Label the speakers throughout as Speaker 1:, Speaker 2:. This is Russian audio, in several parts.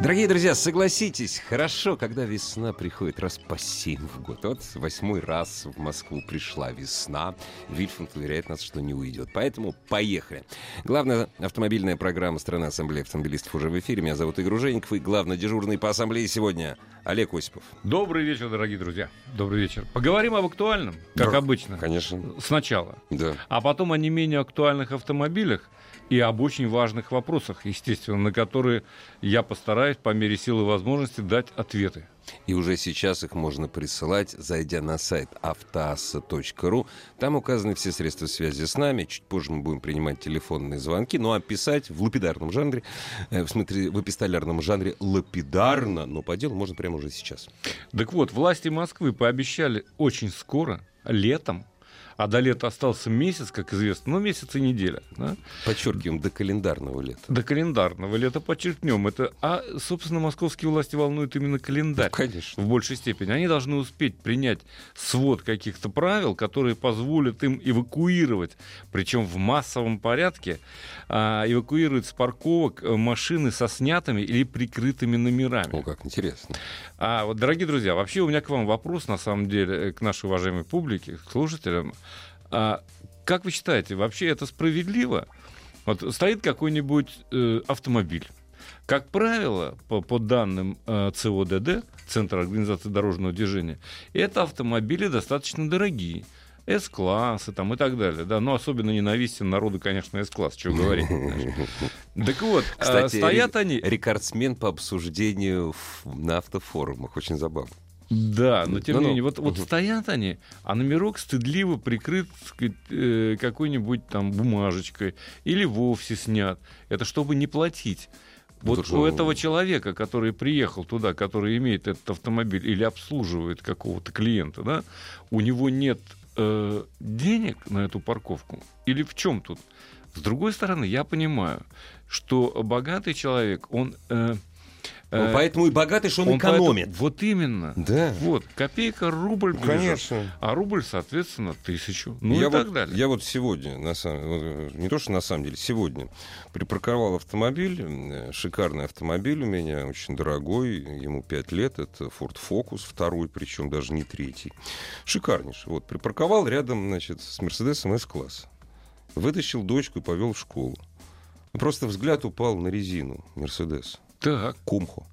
Speaker 1: Дорогие друзья, согласитесь, хорошо, когда весна приходит раз по семь в год. Вот восьмой раз в Москву пришла весна. Вильфанд уверяет нас, что не уйдет. Поэтому поехали. Главная автомобильная программа страны Ассамблеи автомобилистов уже в эфире. Меня зовут Игорь Женников и главный дежурный по Ассамблее сегодня Олег Осипов.
Speaker 2: Добрый вечер, дорогие друзья. Добрый вечер. Поговорим об актуальном, как
Speaker 1: Да,
Speaker 2: обычно.
Speaker 1: Конечно.
Speaker 2: Сначала.
Speaker 1: Да.
Speaker 2: А потом о не менее актуальных автомобилях и об очень важных вопросах, естественно, на которые я постараюсь по мере силы и возможности дать ответы.
Speaker 1: И уже сейчас их можно присылать, зайдя на сайт автоасса.ру. Там указаны все средства связи с нами. Чуть позже мы будем принимать телефонные звонки. Ну а писать в лапидарном жанре, э, в смысле, в эпистолярном жанре лапидарно, но по делу можно прямо уже сейчас.
Speaker 2: Так вот, власти Москвы пообещали очень скоро, летом, а до лета остался месяц, как известно, ну, месяц и неделя, да?
Speaker 1: Подчеркиваем, до календарного лета.
Speaker 2: до календарного лета подчеркнем. Это, а, собственно, московские власти волнуют именно
Speaker 1: Ну,
Speaker 2: календарь.
Speaker 1: Конечно.
Speaker 2: в большей степени. Они должны успеть принять свод каких-то правил, которые позволят им эвакуировать, причем в массовом порядке, а, эвакуировать с парковок э, машины со снятыми или прикрытыми
Speaker 1: О,
Speaker 2: номерами.
Speaker 1: как интересно.
Speaker 2: А вот, дорогие друзья, вообще у меня к вам вопрос, на самом деле, э, к нашей уважаемой публике, к слушателям. А как вы считаете, вообще это справедливо? Вот стоит какой-нибудь э, автомобиль. Как правило, по, по данным э, ЦОДД, Центра организации дорожного движения, это автомобили достаточно дорогие. С-классы там и так далее. Да? Но особенно ненавистен народу, конечно, С-класс, чего говорить. знаешь. Так вот, э,
Speaker 1: Кстати,
Speaker 2: стоят они...
Speaker 1: Рекордсмен по обсуждению в- на автофорумах. Очень забавно.
Speaker 2: Да, но тем
Speaker 1: Ну-ну.
Speaker 2: не менее, вот, вот
Speaker 1: Мгм.
Speaker 2: стоят они, а номерок стыдливо прикрыт так сказать, э, какой-нибудь там бумажечкой или вовсе снят. Это чтобы не платить. Вот
Speaker 1: Ну, Тут же-
Speaker 2: у этого человека, который приехал туда, который имеет этот автомобиль или обслуживает какого-то клиента, да, у него нет э, денег на эту парковку. Или в чем тут? С другой стороны, я понимаю, что богатый человек, он... э,
Speaker 1: Он
Speaker 2: э,
Speaker 1: Ну, поэтому и богатый, что он,
Speaker 2: он
Speaker 1: экономит.
Speaker 2: поэтому- Вот именно.
Speaker 1: Да.
Speaker 2: Вот, копейка, рубль, ближе. А рубль, соответственно, тысячу. Ну
Speaker 1: я
Speaker 2: и так
Speaker 1: вот,
Speaker 2: далее.
Speaker 1: Я вот сегодня, на самом, вот, э, не то что на самом деле, сегодня припарковал автомобиль, э, шикарный автомобиль у меня, очень дорогой, ему 5 лет, это Ford Focus, второй, причем даже не третий. Шикарнейший. Вот, припарковал рядом, значит, с Мерседесом С-класса. Вытащил дочку и повел в школу. Просто взгляд упал на резину Мерседес.
Speaker 2: Так,
Speaker 1: Кумхо.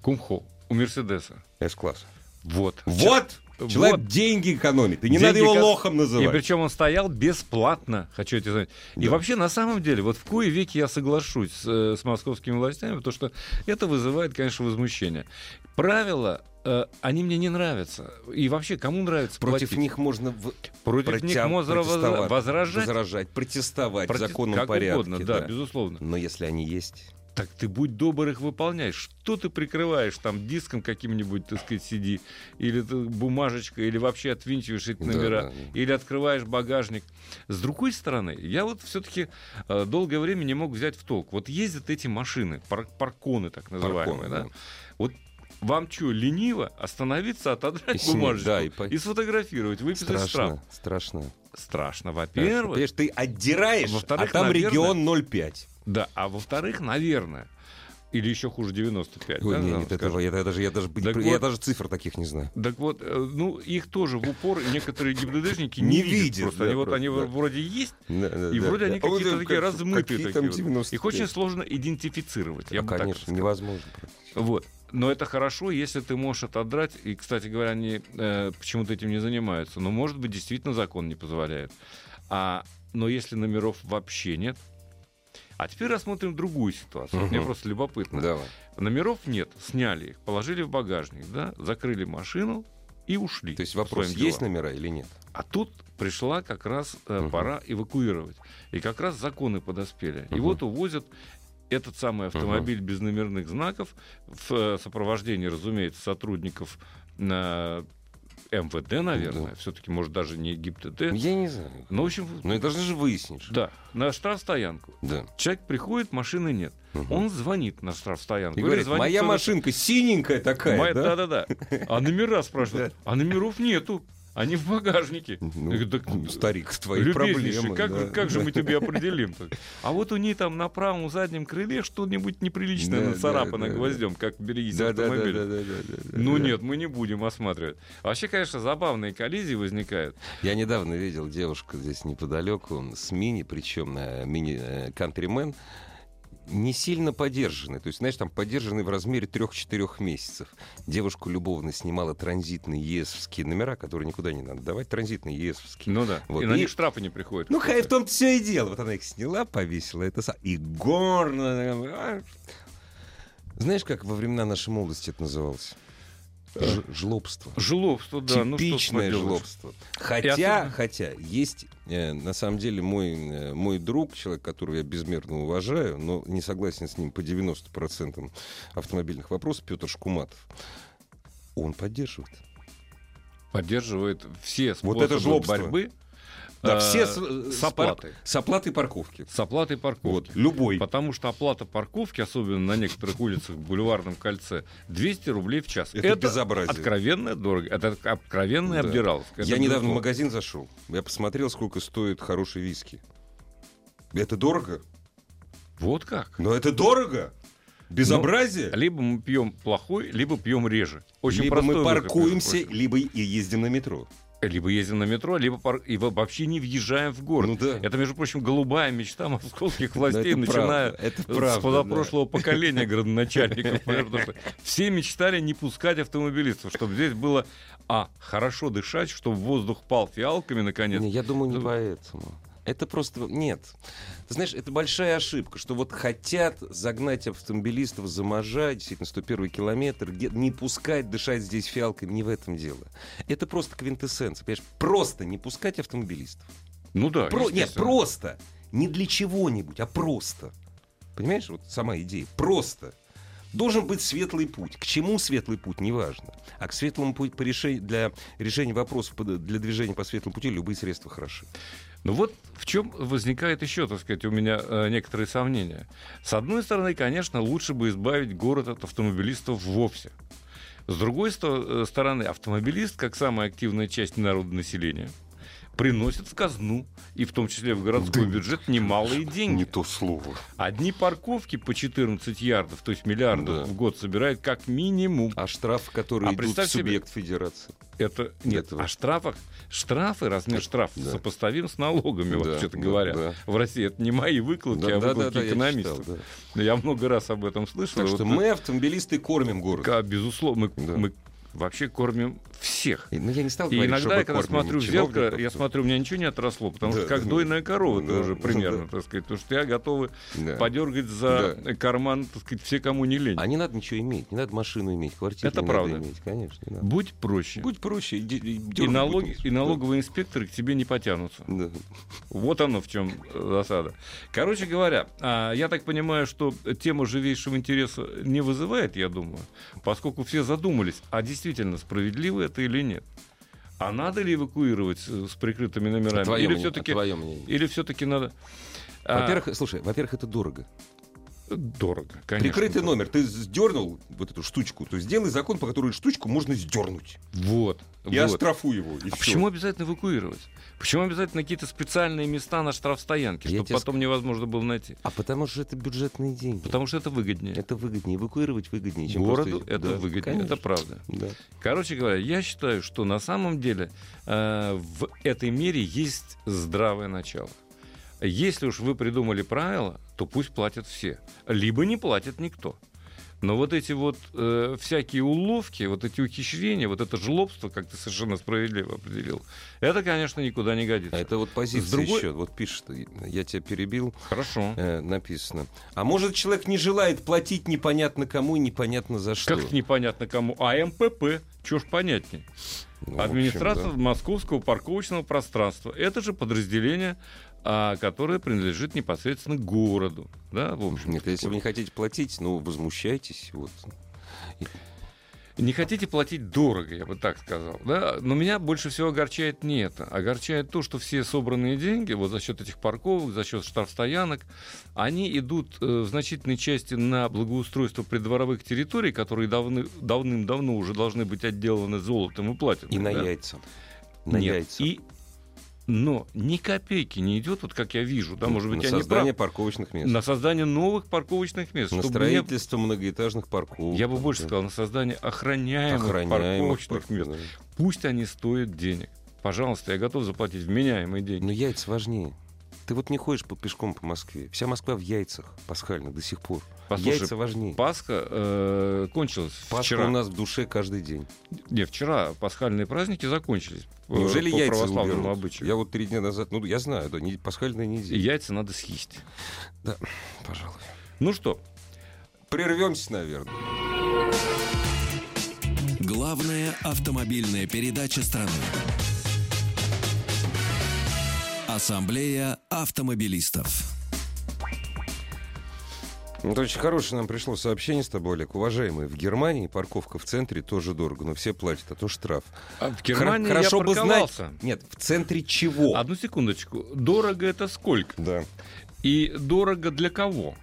Speaker 2: кумхо у Мерседеса.
Speaker 1: С-класса.
Speaker 2: Вот.
Speaker 1: Вот!
Speaker 2: Вот.
Speaker 1: Человек деньги экономит. И не
Speaker 2: Деньги
Speaker 1: надо его
Speaker 2: эко-
Speaker 1: лохом называть.
Speaker 2: И причем он стоял бесплатно, хочу это сказать. И
Speaker 1: Да.
Speaker 2: вообще, на самом деле, вот в кое веки я соглашусь с, э, с московскими властями, потому что это вызывает, конечно, возмущение. Правила, э, они мне не нравятся. И вообще, кому нравится
Speaker 1: Против
Speaker 2: платить?
Speaker 1: них можно в-
Speaker 2: Против них
Speaker 1: протя-
Speaker 2: можно воз-
Speaker 1: протестовать,
Speaker 2: возражать.
Speaker 1: протестовать в
Speaker 2: протест-
Speaker 1: законном
Speaker 2: как
Speaker 1: порядке.
Speaker 2: угодно, да, безусловно.
Speaker 1: Но если они есть,
Speaker 2: Так ты будь добр их выполняй. Что ты прикрываешь там диском каким-нибудь, так сказать, сиди, или ты бумажечкой, или вообще отвинчиваешь эти
Speaker 1: Да,
Speaker 2: номера,
Speaker 1: да, да.
Speaker 2: или открываешь багажник. С другой стороны, я вот все-таки долгое время не мог взять в толк. Вот ездят эти машины, пар- парконы так называемые,
Speaker 1: Парконы,
Speaker 2: да?
Speaker 1: да.
Speaker 2: Вот вам что, лениво остановиться,
Speaker 1: И
Speaker 2: отодрать
Speaker 1: снять,
Speaker 2: бумажечку
Speaker 1: да, и
Speaker 2: и,
Speaker 1: по-
Speaker 2: сфотографировать, выписать штраф?
Speaker 1: страшно, страшно.
Speaker 2: Страшно,
Speaker 1: Страшно.
Speaker 2: во-первых.
Speaker 1: Понимаешь, ты отдираешь,
Speaker 2: Во-вторых,
Speaker 1: а там
Speaker 2: наверное-
Speaker 1: регион 0,5.
Speaker 2: Да, а во-вторых, наверное, или еще хуже 95.
Speaker 1: Ой,
Speaker 2: да,
Speaker 1: нет,
Speaker 2: нам
Speaker 1: нет,
Speaker 2: скажут.
Speaker 1: этого, я, я даже, я, даже,
Speaker 2: Так
Speaker 1: я
Speaker 2: вот.
Speaker 1: даже цифр таких не знаю.
Speaker 2: Так вот, э, ну, их тоже в упор некоторые ГИБДДшники не,
Speaker 1: Не
Speaker 2: видят.
Speaker 1: видят,
Speaker 2: просто
Speaker 1: да,
Speaker 2: они, вот,
Speaker 1: просто,
Speaker 2: они
Speaker 1: да.
Speaker 2: вроде есть,
Speaker 1: Да, да,
Speaker 2: и
Speaker 1: да,
Speaker 2: вроде
Speaker 1: да.
Speaker 2: они
Speaker 1: А вот
Speaker 2: какие-то
Speaker 1: это
Speaker 2: такие
Speaker 1: как-
Speaker 2: размытые.
Speaker 1: какие
Speaker 2: такие
Speaker 1: там
Speaker 2: вот.
Speaker 1: 95?
Speaker 2: Их очень сложно идентифицировать, я
Speaker 1: Ну,
Speaker 2: бы так
Speaker 1: Конечно,
Speaker 2: сказал.
Speaker 1: невозможно. практически.
Speaker 2: Вот. Но это хорошо, если ты можешь отодрать. И, кстати говоря, они э, почему-то этим не занимаются. Но, может быть, действительно закон не позволяет. А, но если номеров вообще нет... А теперь рассмотрим другую ситуацию. Мне
Speaker 1: Мгм.
Speaker 2: просто любопытно.
Speaker 1: Давай.
Speaker 2: Номеров нет, сняли их, положили в багажник, да, закрыли машину и ушли.
Speaker 1: То есть
Speaker 2: по
Speaker 1: вопрос,
Speaker 2: своим
Speaker 1: есть
Speaker 2: делам.
Speaker 1: номера или нет?
Speaker 2: А тут пришла как раз э,
Speaker 1: Мгм.
Speaker 2: пора эвакуировать. И как раз законы подоспели. И
Speaker 1: Мгм.
Speaker 2: вот увозят этот самый автомобиль без номерных знаков в э, сопровождении, разумеется, сотрудников на МВД, наверное, все-таки, может, даже не ГИБДД.
Speaker 1: Я не знаю.
Speaker 2: Ну, в общем,
Speaker 1: Ну, это должны же выяснить. что-
Speaker 2: да, на штрафстоянку.
Speaker 1: Да.
Speaker 2: Человек приходит, машины нет.
Speaker 1: Мгм.
Speaker 2: Он звонит на штрафстоянку.
Speaker 1: И говорит,
Speaker 2: звонит
Speaker 1: моя
Speaker 2: в ЦВК.
Speaker 1: машинка синенькая такая,
Speaker 2: Моя-
Speaker 1: да?
Speaker 2: Да-да-да. А номера спрашивают. А номеров нету. Они в багажнике.
Speaker 1: Ну,
Speaker 2: Я говорю, «Так,
Speaker 1: старик, твои
Speaker 2: любезнейший,
Speaker 1: проблемы.
Speaker 2: как,
Speaker 1: да.
Speaker 2: же- как же мы тебе определим? А вот у ней там на правом заднем крыле что-нибудь неприличное
Speaker 1: Да, да,
Speaker 2: нацарапано
Speaker 1: да, да.
Speaker 2: гвоздем, как берегись
Speaker 1: Да, да, да,
Speaker 2: автомобиля.
Speaker 1: да, да, да, да,
Speaker 2: Ну
Speaker 1: да.
Speaker 2: нет, мы не будем осматривать. А Вообще, конечно, забавные коллизии возникают.
Speaker 1: Я недавно видел девушку здесь неподалеку с мини, причем на мини кантримен, не сильно подержанный. То есть, знаешь, там подержанный в размере 3-4 месяцев. Девушку любовно снимала транзитные ЕСовские номера, которые никуда не надо давать. Транзитные ЕСовские.
Speaker 2: Ну да.
Speaker 1: Вот,
Speaker 2: И на
Speaker 1: и-
Speaker 2: них штрафы не приходят.
Speaker 1: Ну, хай в том-то все и дело. Вот она их сняла, повесила это са- И горно. а. Знаешь, как во времена нашей молодости это называлось? Ж- жлобство.
Speaker 2: Жлобство, Э. да. ну, что ж
Speaker 1: Типичное
Speaker 2: поделаешь.
Speaker 1: жлобство.
Speaker 2: И
Speaker 1: Хотя,
Speaker 2: особенно-
Speaker 1: хотя, есть, э, на самом деле, мой, э, мой друг, человек, которого я безмерно уважаю, но не согласен с ним по 90% автомобильных вопросов, Петр Шкуматов. Он поддерживает.
Speaker 2: Поддерживает все способы
Speaker 1: это жлобство.
Speaker 2: борьбы.
Speaker 1: Да,
Speaker 2: э,
Speaker 1: все с,
Speaker 2: с
Speaker 1: с пар-
Speaker 2: оплатой.
Speaker 1: с оплатой парковки.
Speaker 2: С оплатой парковки.
Speaker 1: Вот, любой.
Speaker 2: Потому что оплата парковки, особенно на некоторых улицах в Бульварном кольце, 200 рублей в час.
Speaker 1: Это безобразие.
Speaker 2: откровенно дорого. Это откровенная
Speaker 1: Да.
Speaker 2: обдираловка. Это
Speaker 1: я недавно в
Speaker 2: безусловно.
Speaker 1: магазин зашел. Я посмотрел, сколько стоит хороший виски. Это дорого?
Speaker 2: Вот как.
Speaker 1: Но это дорого! Безобразие!
Speaker 2: Либо мы пьем плохой, либо пьем реже. Ну, Очень
Speaker 1: либо
Speaker 2: простой
Speaker 1: мы
Speaker 2: выход,
Speaker 1: паркуемся,
Speaker 2: между прочим.
Speaker 1: либо и ездим на метро.
Speaker 2: Либо ездим на метро, либо пар- и во- вообще не въезжаем в город.
Speaker 1: Ну да.
Speaker 2: Это, между прочим, голубая мечта московских
Speaker 1: Да,
Speaker 2: властей,
Speaker 1: это
Speaker 2: начиная
Speaker 1: правда, это
Speaker 2: с
Speaker 1: правда,
Speaker 2: позапрошлого поколения городоначальников. потому что Все мечтали не пускать автомобилистов, чтобы здесь было, а, хорошо дышать, чтобы воздух пал фиалками, наконец.
Speaker 1: Не, я думаю, не
Speaker 2: Ну,
Speaker 1: поэтому. Это просто... Нет. Ты знаешь, это большая ошибка, что вот хотят загнать автомобилистов за мажа, действительно, 101 километр, где- не пускать дышать здесь фиалками, не в этом дело. Это просто квинтэссенция, понимаешь? Просто не пускать автомобилистов.
Speaker 2: Ну да,
Speaker 1: Про- Нет,
Speaker 2: естественно.
Speaker 1: просто. Не для чего-нибудь, а просто. Понимаешь, вот сама идея. Просто. Должен быть светлый путь. К чему светлый путь, неважно. А к светлому пути по решению- для решения вопросов по- для движения по светлому пути любые средства хороши.
Speaker 2: Ну вот в чем возникает еще, так сказать, у меня э, некоторые сомнения. С одной стороны, конечно, лучше бы избавить город от автомобилистов вовсе. С другой сто- э, стороны, автомобилист, как самая активная часть народа населения, приносит в казну, и в том числе в городской бюджет, немалые деньги.
Speaker 1: то слово.
Speaker 2: Одни парковки по 14 ярдов, то есть миллиардов
Speaker 1: Да.
Speaker 2: в год собирают как минимум.
Speaker 1: А штрафы, которые
Speaker 2: А
Speaker 1: идут в
Speaker 2: представь себе-
Speaker 1: субъект федерации.
Speaker 2: Это нет,
Speaker 1: этого.
Speaker 2: о штрафах. Штрафы, размер штрафов
Speaker 1: Да.
Speaker 2: сопоставим с налогами,
Speaker 1: Да,
Speaker 2: вообще-то
Speaker 1: да,
Speaker 2: говоря.
Speaker 1: да.
Speaker 2: В России это не мои выкладки, а
Speaker 1: Да-да-да,
Speaker 2: выкладки
Speaker 1: я читал,
Speaker 2: экономистов.
Speaker 1: да.
Speaker 2: Но Я много раз об этом слышал.
Speaker 1: Так
Speaker 2: И
Speaker 1: что
Speaker 2: вот
Speaker 1: мы, автомобилисты, кормим
Speaker 2: это,
Speaker 1: город.
Speaker 2: ка- безусловно, мы,
Speaker 1: Да.
Speaker 2: мы вообще кормим всех.
Speaker 1: И- Ну, я не стал
Speaker 2: И
Speaker 1: говорить, что
Speaker 2: иногда
Speaker 1: мы
Speaker 2: я когда
Speaker 1: кормим
Speaker 2: смотрю в
Speaker 1: чиновников.
Speaker 2: зеркало, я смотрю, у меня ничего не отросло, потому
Speaker 1: Да,
Speaker 2: что как
Speaker 1: да.
Speaker 2: дойная корова
Speaker 1: Да,
Speaker 2: это уже
Speaker 1: да.
Speaker 2: примерно, так сказать, потому что я готовы
Speaker 1: Да.
Speaker 2: подергать за карман, так сказать, все, кому не лень.
Speaker 1: А не надо ничего иметь, не надо машину иметь, квартиру
Speaker 2: Это
Speaker 1: не
Speaker 2: правда.
Speaker 1: надо иметь, конечно. не надо.
Speaker 2: Будь проще.
Speaker 1: Будь проще, иди- и
Speaker 2: и,
Speaker 1: дёргай
Speaker 2: налоги-
Speaker 1: будет
Speaker 2: и
Speaker 1: нечего.
Speaker 2: налоговые инспекторы к тебе не потянутся.
Speaker 1: Да.
Speaker 2: Вот оно в чем засада. Короче говоря, а, я так понимаю, что тема живейшего интереса не вызывает, я думаю, поскольку все задумались, а действительно справедливо это или нет. А надо ли эвакуировать э, с прикрытыми номерами?
Speaker 1: А Твоё
Speaker 2: или
Speaker 1: мнение,
Speaker 2: все-таки,
Speaker 1: твоё мнение.
Speaker 2: или все-таки надо? а,
Speaker 1: Во-первых, слушай, во-первых, это дорого.
Speaker 2: дорого, конечно.
Speaker 1: Прикрытый номер. Ты сдернул вот эту штучку, то сделай закон, по которому эту штучку можно сдернуть.
Speaker 2: Вот.
Speaker 1: Я
Speaker 2: вот.
Speaker 1: оштрафую его. и всё.
Speaker 2: А почему обязательно эвакуировать? Почему обязательно какие-то специальные места на штрафстоянке,
Speaker 1: Я
Speaker 2: чтобы
Speaker 1: тебе ск-
Speaker 2: потом невозможно было найти?
Speaker 1: А потому что это бюджетные деньги.
Speaker 2: Потому что это выгоднее.
Speaker 1: Это выгоднее. Эвакуировать выгоднее, чем
Speaker 2: Городу
Speaker 1: просто-
Speaker 2: это
Speaker 1: Да,
Speaker 2: выгоднее,
Speaker 1: конечно.
Speaker 2: это правда.
Speaker 1: Да.
Speaker 2: Короче говоря, я считаю, что на самом деле э, в этой мере есть здравое начало. Если уж вы придумали правила, то пусть платят все. Либо не платит никто. Но вот эти вот э, всякие уловки, вот эти ухищрения, вот это жлобство, как ты совершенно справедливо определил, это, конечно, никуда не
Speaker 1: А
Speaker 2: годится.
Speaker 1: это вот позиция
Speaker 2: С другой-
Speaker 1: еще. Вот пишет, я тебя перебил,
Speaker 2: Хорошо.
Speaker 1: э, написано. А может, человек не желает платить непонятно кому и непонятно за что.
Speaker 2: Как-то непонятно кому. А МПП, чего ж понятней.
Speaker 1: Ну, в общем,
Speaker 2: Администрация
Speaker 1: да.
Speaker 2: Московского парковочного пространства. Это же подразделение, а, которое принадлежит непосредственно городу. Да, в общем.
Speaker 1: Нет, если вы не хотите платить, ну, возмущайтесь. Вот.
Speaker 2: не хотите платить дорого, я бы так сказал. Да? Но меня больше всего огорчает не это. Огорчает то, что все собранные деньги вот за счет этих парковок, за счет штрафстоянок, они идут э, в значительной части на благоустройство придворовых территорий, которые давны, давным-давно уже должны быть отделаны золотом и платиной.
Speaker 1: И на
Speaker 2: да?
Speaker 1: яйца. На
Speaker 2: Нет,
Speaker 1: яйца.
Speaker 2: И... Но ни копейки не идет, вот как я вижу, да, может быть,
Speaker 1: Ну, на
Speaker 2: я не прав,
Speaker 1: создание парковочных мест.
Speaker 2: на создание новых парковочных мест.
Speaker 1: На
Speaker 2: чтобы не-
Speaker 1: строительство многоэтажных парковок.
Speaker 2: я бы больше
Speaker 1: Да.
Speaker 2: сказал, на создание охраняемых,
Speaker 1: Охраняемых
Speaker 2: парковочных мест.
Speaker 1: парков,
Speaker 2: Пусть они стоят денег. Пожалуйста, я готов заплатить вменяемые
Speaker 1: да.
Speaker 2: деньги.
Speaker 1: Но яйца важнее. Ты вот не ходишь по пешком по Москве. Вся Москва в яйцах пасхальных до сих пор.
Speaker 2: Послушай,
Speaker 1: яйца важнее.
Speaker 2: Пасха э, кончилась
Speaker 1: Пасха
Speaker 2: вчера.
Speaker 1: у нас в душе каждый день.
Speaker 2: Не, вчера пасхальные праздники закончились. э,
Speaker 1: Неужели
Speaker 2: по
Speaker 1: яйца
Speaker 2: православному
Speaker 1: уберут?
Speaker 2: обычаю.
Speaker 1: Я вот три дня назад, ну я знаю, да, не, пасхальная
Speaker 2: И
Speaker 1: неделя.
Speaker 2: Яйца надо съесть.
Speaker 1: Пожалуй.
Speaker 2: Ну что,
Speaker 1: Прервемся, наверное.
Speaker 3: Главная автомобильная передача страны. Ассамблея автомобилистов.
Speaker 1: Ну, это очень хорошее нам пришло сообщение с тобой, Олег. Уважаемые, в Германии парковка в центре тоже дорого, но все платят, а то штраф.
Speaker 2: а в Германии
Speaker 1: Хор- хорошо
Speaker 2: я
Speaker 1: бы знать.
Speaker 2: парковался.
Speaker 1: Нет, в центре чего?
Speaker 2: Одну секундочку. Дорого это сколько?
Speaker 1: Да.
Speaker 2: И дорого для кого?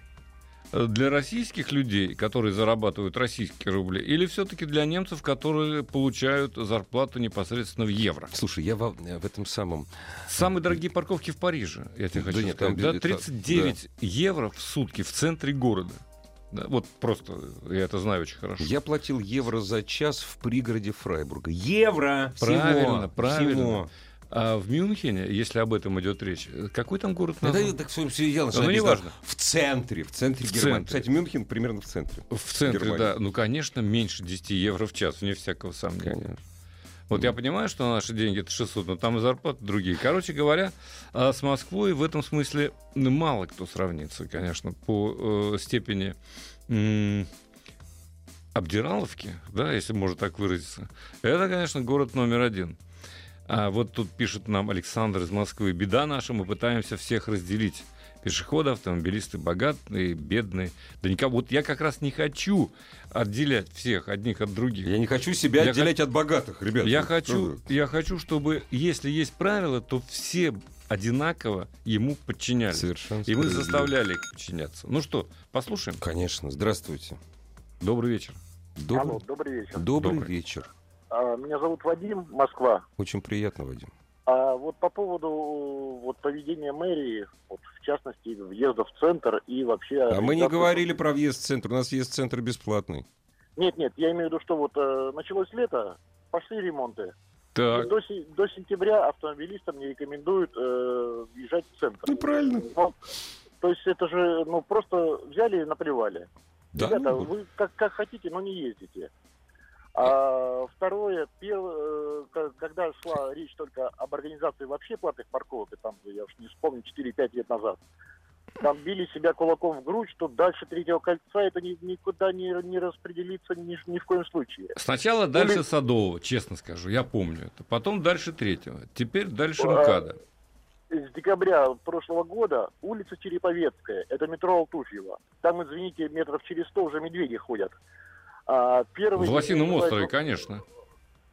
Speaker 2: Э, Для российских людей, которые зарабатывают российские рубли, или все-таки для немцев, которые получают зарплату непосредственно в евро?
Speaker 1: Слушай, я во- в этом самом
Speaker 2: Самые дорогие парковки в Париже, я тебе
Speaker 1: Да
Speaker 2: хочу
Speaker 1: нет, там
Speaker 2: сказать. Да,
Speaker 1: билет-
Speaker 2: 39 евро в сутки в центре города. Да, вот просто, я это знаю очень хорошо.
Speaker 1: Я платил евро за час в пригороде Фрайбурга. Евро! Всего,
Speaker 2: Правильно, правильно.
Speaker 1: всего.
Speaker 2: А в Мюнхене, если об этом идет речь, э, какой там город
Speaker 1: Да,
Speaker 2: назван?
Speaker 1: я так все, я
Speaker 2: Ну, не важно.
Speaker 1: В центре, в центре
Speaker 2: В
Speaker 1: Германии.
Speaker 2: центре.
Speaker 1: Кстати, Мюнхен примерно в центре.
Speaker 2: В центре,
Speaker 1: Германии.
Speaker 2: да. Ну, конечно, меньше 10 евро в час, вне всякого сомнения. Вот я понимаю, что наши деньги это 600, но там и зарплаты другие. Короче говоря, а с Москвой в этом смысле ну, мало кто сравнится, конечно, по э, степени м, обдираловки, да, если можно так выразиться. Это, конечно, город номер один. А вот тут пишет нам Александр из Москвы. Беда наша, мы пытаемся всех разделить. Пешеходы, автомобилисты, богатые, бедные. Да никого. Вот я как раз не хочу отделять всех одних от других.
Speaker 1: Я не хочу себя
Speaker 2: Я
Speaker 1: отделять от богатых, ребят.
Speaker 2: Я
Speaker 1: Ну,
Speaker 2: хочу,
Speaker 1: что
Speaker 2: я хочу, чтобы если есть правила, то все одинаково ему
Speaker 1: вы.
Speaker 2: подчинялись.
Speaker 1: Совершенно.
Speaker 2: И мы
Speaker 1: справедливо.
Speaker 2: заставляли их подчиняться. Ну что, послушаем.
Speaker 1: Конечно. Здравствуйте.
Speaker 2: Добрый вечер.
Speaker 1: Добрый,
Speaker 4: Алло, добрый вечер.
Speaker 1: добрый
Speaker 2: Добрый.
Speaker 1: вечер.
Speaker 4: А, Меня зовут Вадим, Москва.
Speaker 1: Очень приятно, Вадим.
Speaker 4: А вот по поводу вот поведения мэрии, вот в частности въезда в центр и вообще.
Speaker 1: А мы не
Speaker 4: организации-
Speaker 1: говорили про въезд в центр. У нас въезд в центр бесплатный.
Speaker 4: Нет, нет, я имею в виду, что вот э, началось лето, пошли ремонты.
Speaker 2: Так.
Speaker 4: До, се- до сентября автомобилистам не рекомендуют э, въезжать в центр.
Speaker 1: Ну, правильно.
Speaker 4: Вот. то есть это же, ну просто взяли и наплевали.
Speaker 1: Да,
Speaker 4: Ребята,
Speaker 1: ну, вот.
Speaker 4: вы как, как хотите, но не ездите. А второе, перв- э, к- когда шла речь только об организации вообще платных парковок, и там, я уж не вспомню, 4-5 лет назад, там били себя кулаком в грудь, что дальше третьего кольца это ни- никуда не, не распределится ни, ж- ни в коем случае.
Speaker 2: Сначала
Speaker 1: Ну,
Speaker 2: дальше
Speaker 4: Или-
Speaker 2: Садового, честно скажу, я помню это. Потом дальше третьего. Теперь дальше
Speaker 4: А,
Speaker 2: МКАДа.
Speaker 4: С декабря прошлого года улица Череповецкая, это метро Алтуфьева. Там, извините, метров через 100 уже медведи ходят. А первый...
Speaker 2: В Лосином острове,
Speaker 4: конечно.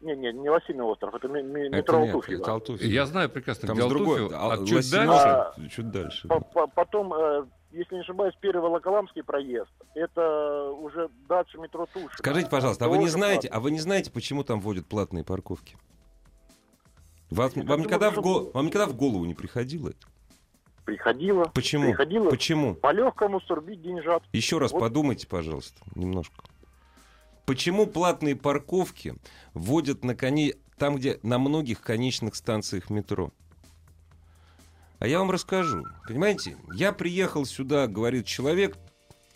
Speaker 2: конечно.
Speaker 4: Не, не, не Лосиный остров, это ме- ме-
Speaker 1: Это
Speaker 4: метро
Speaker 1: нет,
Speaker 4: Алтуфьева.
Speaker 1: это Алтуфьево.
Speaker 2: Я знаю прекрасно,
Speaker 1: Там
Speaker 2: где
Speaker 1: с другой.
Speaker 2: Алтуфьево.
Speaker 1: а,
Speaker 2: А чуть
Speaker 1: Лосино
Speaker 2: дальше...
Speaker 1: же, Чуть дальше.
Speaker 4: По- по- Потом, э, если не ошибаюсь, первый Волоколамский проезд. Это уже дальше метро Тушино.
Speaker 1: Скажите, пожалуйста, а вы не
Speaker 4: Тоже
Speaker 1: знаете,
Speaker 4: платно.
Speaker 1: а вы не знаете, почему там вводят платные парковки? Вас-
Speaker 4: Я
Speaker 1: вам,
Speaker 4: думаю,
Speaker 1: никогда в
Speaker 4: что-
Speaker 1: го- вам никогда в голову не приходило? это?
Speaker 4: Приходило.
Speaker 1: Почему?
Speaker 4: Приходило.
Speaker 1: Почему?
Speaker 4: По легкому сурбить деньжат.
Speaker 1: Еще раз
Speaker 4: Вот.
Speaker 1: подумайте, пожалуйста, немножко. Почему платные парковки вводят на коне... там, где на многих конечных станциях метро? А я вам расскажу. Понимаете, я приехал сюда, говорит человек,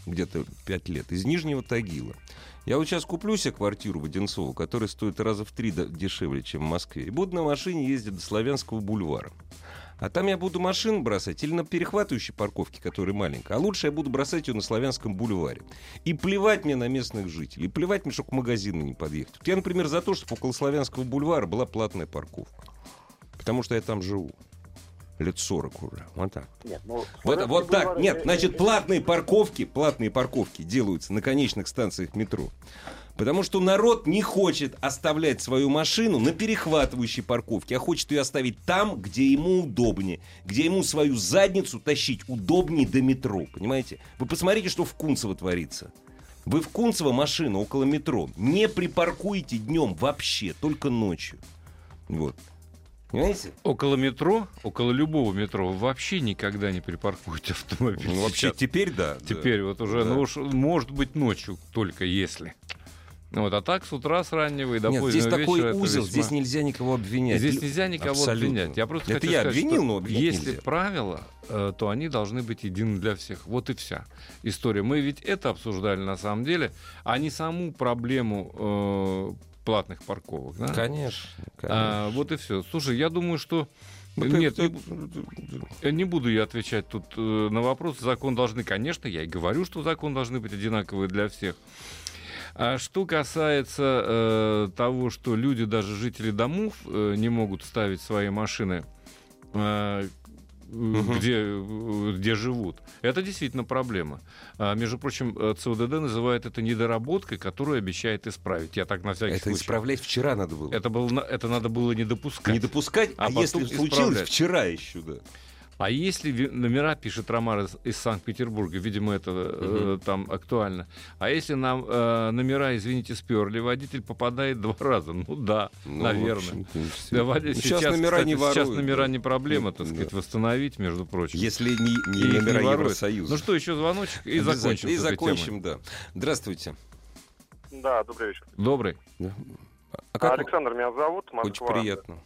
Speaker 1: где-то 5 лет, из Нижнего Тагила. Я вот сейчас куплю себе квартиру в Одинцово, которая стоит раза в три до- дешевле, чем в Москве, и буду на машине ездить до Славянского бульвара. А там я буду машину бросать или на перехватывающей парковке, которая маленькая, а лучше я буду бросать ее на Славянском бульваре. И плевать мне на местных жителей, и плевать мне, что к магазину не подъехать. Вот я, например, за то, чтобы около Славянского бульвара была платная парковка. Потому что я там живу. Лет 40 уже. Вот так.
Speaker 4: Нет, ну,
Speaker 1: Вот,
Speaker 4: Славянский
Speaker 1: вот так.
Speaker 4: бульвар,
Speaker 1: Нет,
Speaker 4: э,
Speaker 1: значит,
Speaker 4: э,
Speaker 1: платные парковки, платные парковки делаются на конечных станциях метро. Потому что народ не хочет оставлять свою машину на перехватывающей парковке, а хочет ее оставить там, где ему удобнее, где ему свою задницу тащить удобнее до метро, понимаете? Вы посмотрите, что в Кунцево творится. Вы в Кунцево машина около метро не припаркуете днем вообще, только ночью. Вот. Понимаете?
Speaker 2: Около метро, около любого метро вообще никогда не припаркуйте автомобиль.
Speaker 1: Ну, вообще
Speaker 2: сейчас.
Speaker 1: теперь да. да.
Speaker 2: Теперь вот уже,
Speaker 1: Да.
Speaker 2: ну уж, может быть, ночью только если. Вот, а так с утра с раннего и до
Speaker 1: Нет,
Speaker 2: позднего
Speaker 1: здесь такой
Speaker 2: вечера это
Speaker 1: узел,
Speaker 2: весьма-
Speaker 1: здесь нельзя никого обвинять.
Speaker 2: Здесь
Speaker 1: Лю-
Speaker 2: нельзя никого
Speaker 1: Абсолютно.
Speaker 2: обвинять. Я просто
Speaker 1: Это
Speaker 2: хочу
Speaker 1: я
Speaker 2: сказать,
Speaker 1: обвинил,
Speaker 2: что
Speaker 1: но обвинять
Speaker 2: если
Speaker 1: нельзя.
Speaker 2: правила, э, то они должны быть едины для всех. Вот и вся история. Мы ведь это обсуждали на самом деле, а не саму проблему э, платных парковок. да?
Speaker 1: Конечно. конечно.
Speaker 2: А, вот и все. Слушай, я думаю, что
Speaker 1: Ну, как-
Speaker 2: нет,
Speaker 1: как-
Speaker 2: я Э, не буду я отвечать тут э, на вопрос. Закон должны, конечно, я и говорю, что закон должны быть одинаковые для всех. А что касается э, того, что люди, даже жители домов, э, не могут ставить свои машины, э,
Speaker 1: Мгм.
Speaker 2: где, э, где живут, это действительно проблема. А, между прочим, э, ЦОДД называет это недоработкой, которую обещает исправить. Я так на всякий
Speaker 1: Это
Speaker 2: случай.
Speaker 1: исправлять вчера надо было.
Speaker 2: Это, было, на- это надо было не допускать.
Speaker 1: Не допускать,
Speaker 2: А
Speaker 1: а,
Speaker 2: потом
Speaker 1: если случилось
Speaker 2: исправлять.
Speaker 1: вчера еще, да.
Speaker 2: А если ви- номера пишет Ромар из, из Санкт-Петербурга, видимо, это э, там актуально. А если нам э, номера, извините, сперли, водитель попадает два раза. Ну да,
Speaker 1: Ну, в
Speaker 2: наверное.
Speaker 1: общем, ну, все.
Speaker 2: Да, води-
Speaker 1: Ну, сейчас, номера
Speaker 2: кстати,
Speaker 1: не воруют.
Speaker 2: Сейчас номера
Speaker 1: да.
Speaker 2: не проблема, так
Speaker 1: Да.
Speaker 2: сказать, восстановить, между прочим.
Speaker 1: Если не,
Speaker 2: И их
Speaker 1: не
Speaker 2: не
Speaker 1: номера
Speaker 2: воруют.
Speaker 1: Евросоюза.
Speaker 2: Ну что, еще звоночек и
Speaker 1: Обязательно.
Speaker 2: закончим.
Speaker 1: И
Speaker 2: с этой темой.
Speaker 1: закончим, да. Здравствуйте.
Speaker 5: Да, добрый вечер.
Speaker 2: Добрый.
Speaker 1: А как
Speaker 5: Александр меня зовут,
Speaker 1: вам?
Speaker 5: Москва.
Speaker 1: Очень приятно.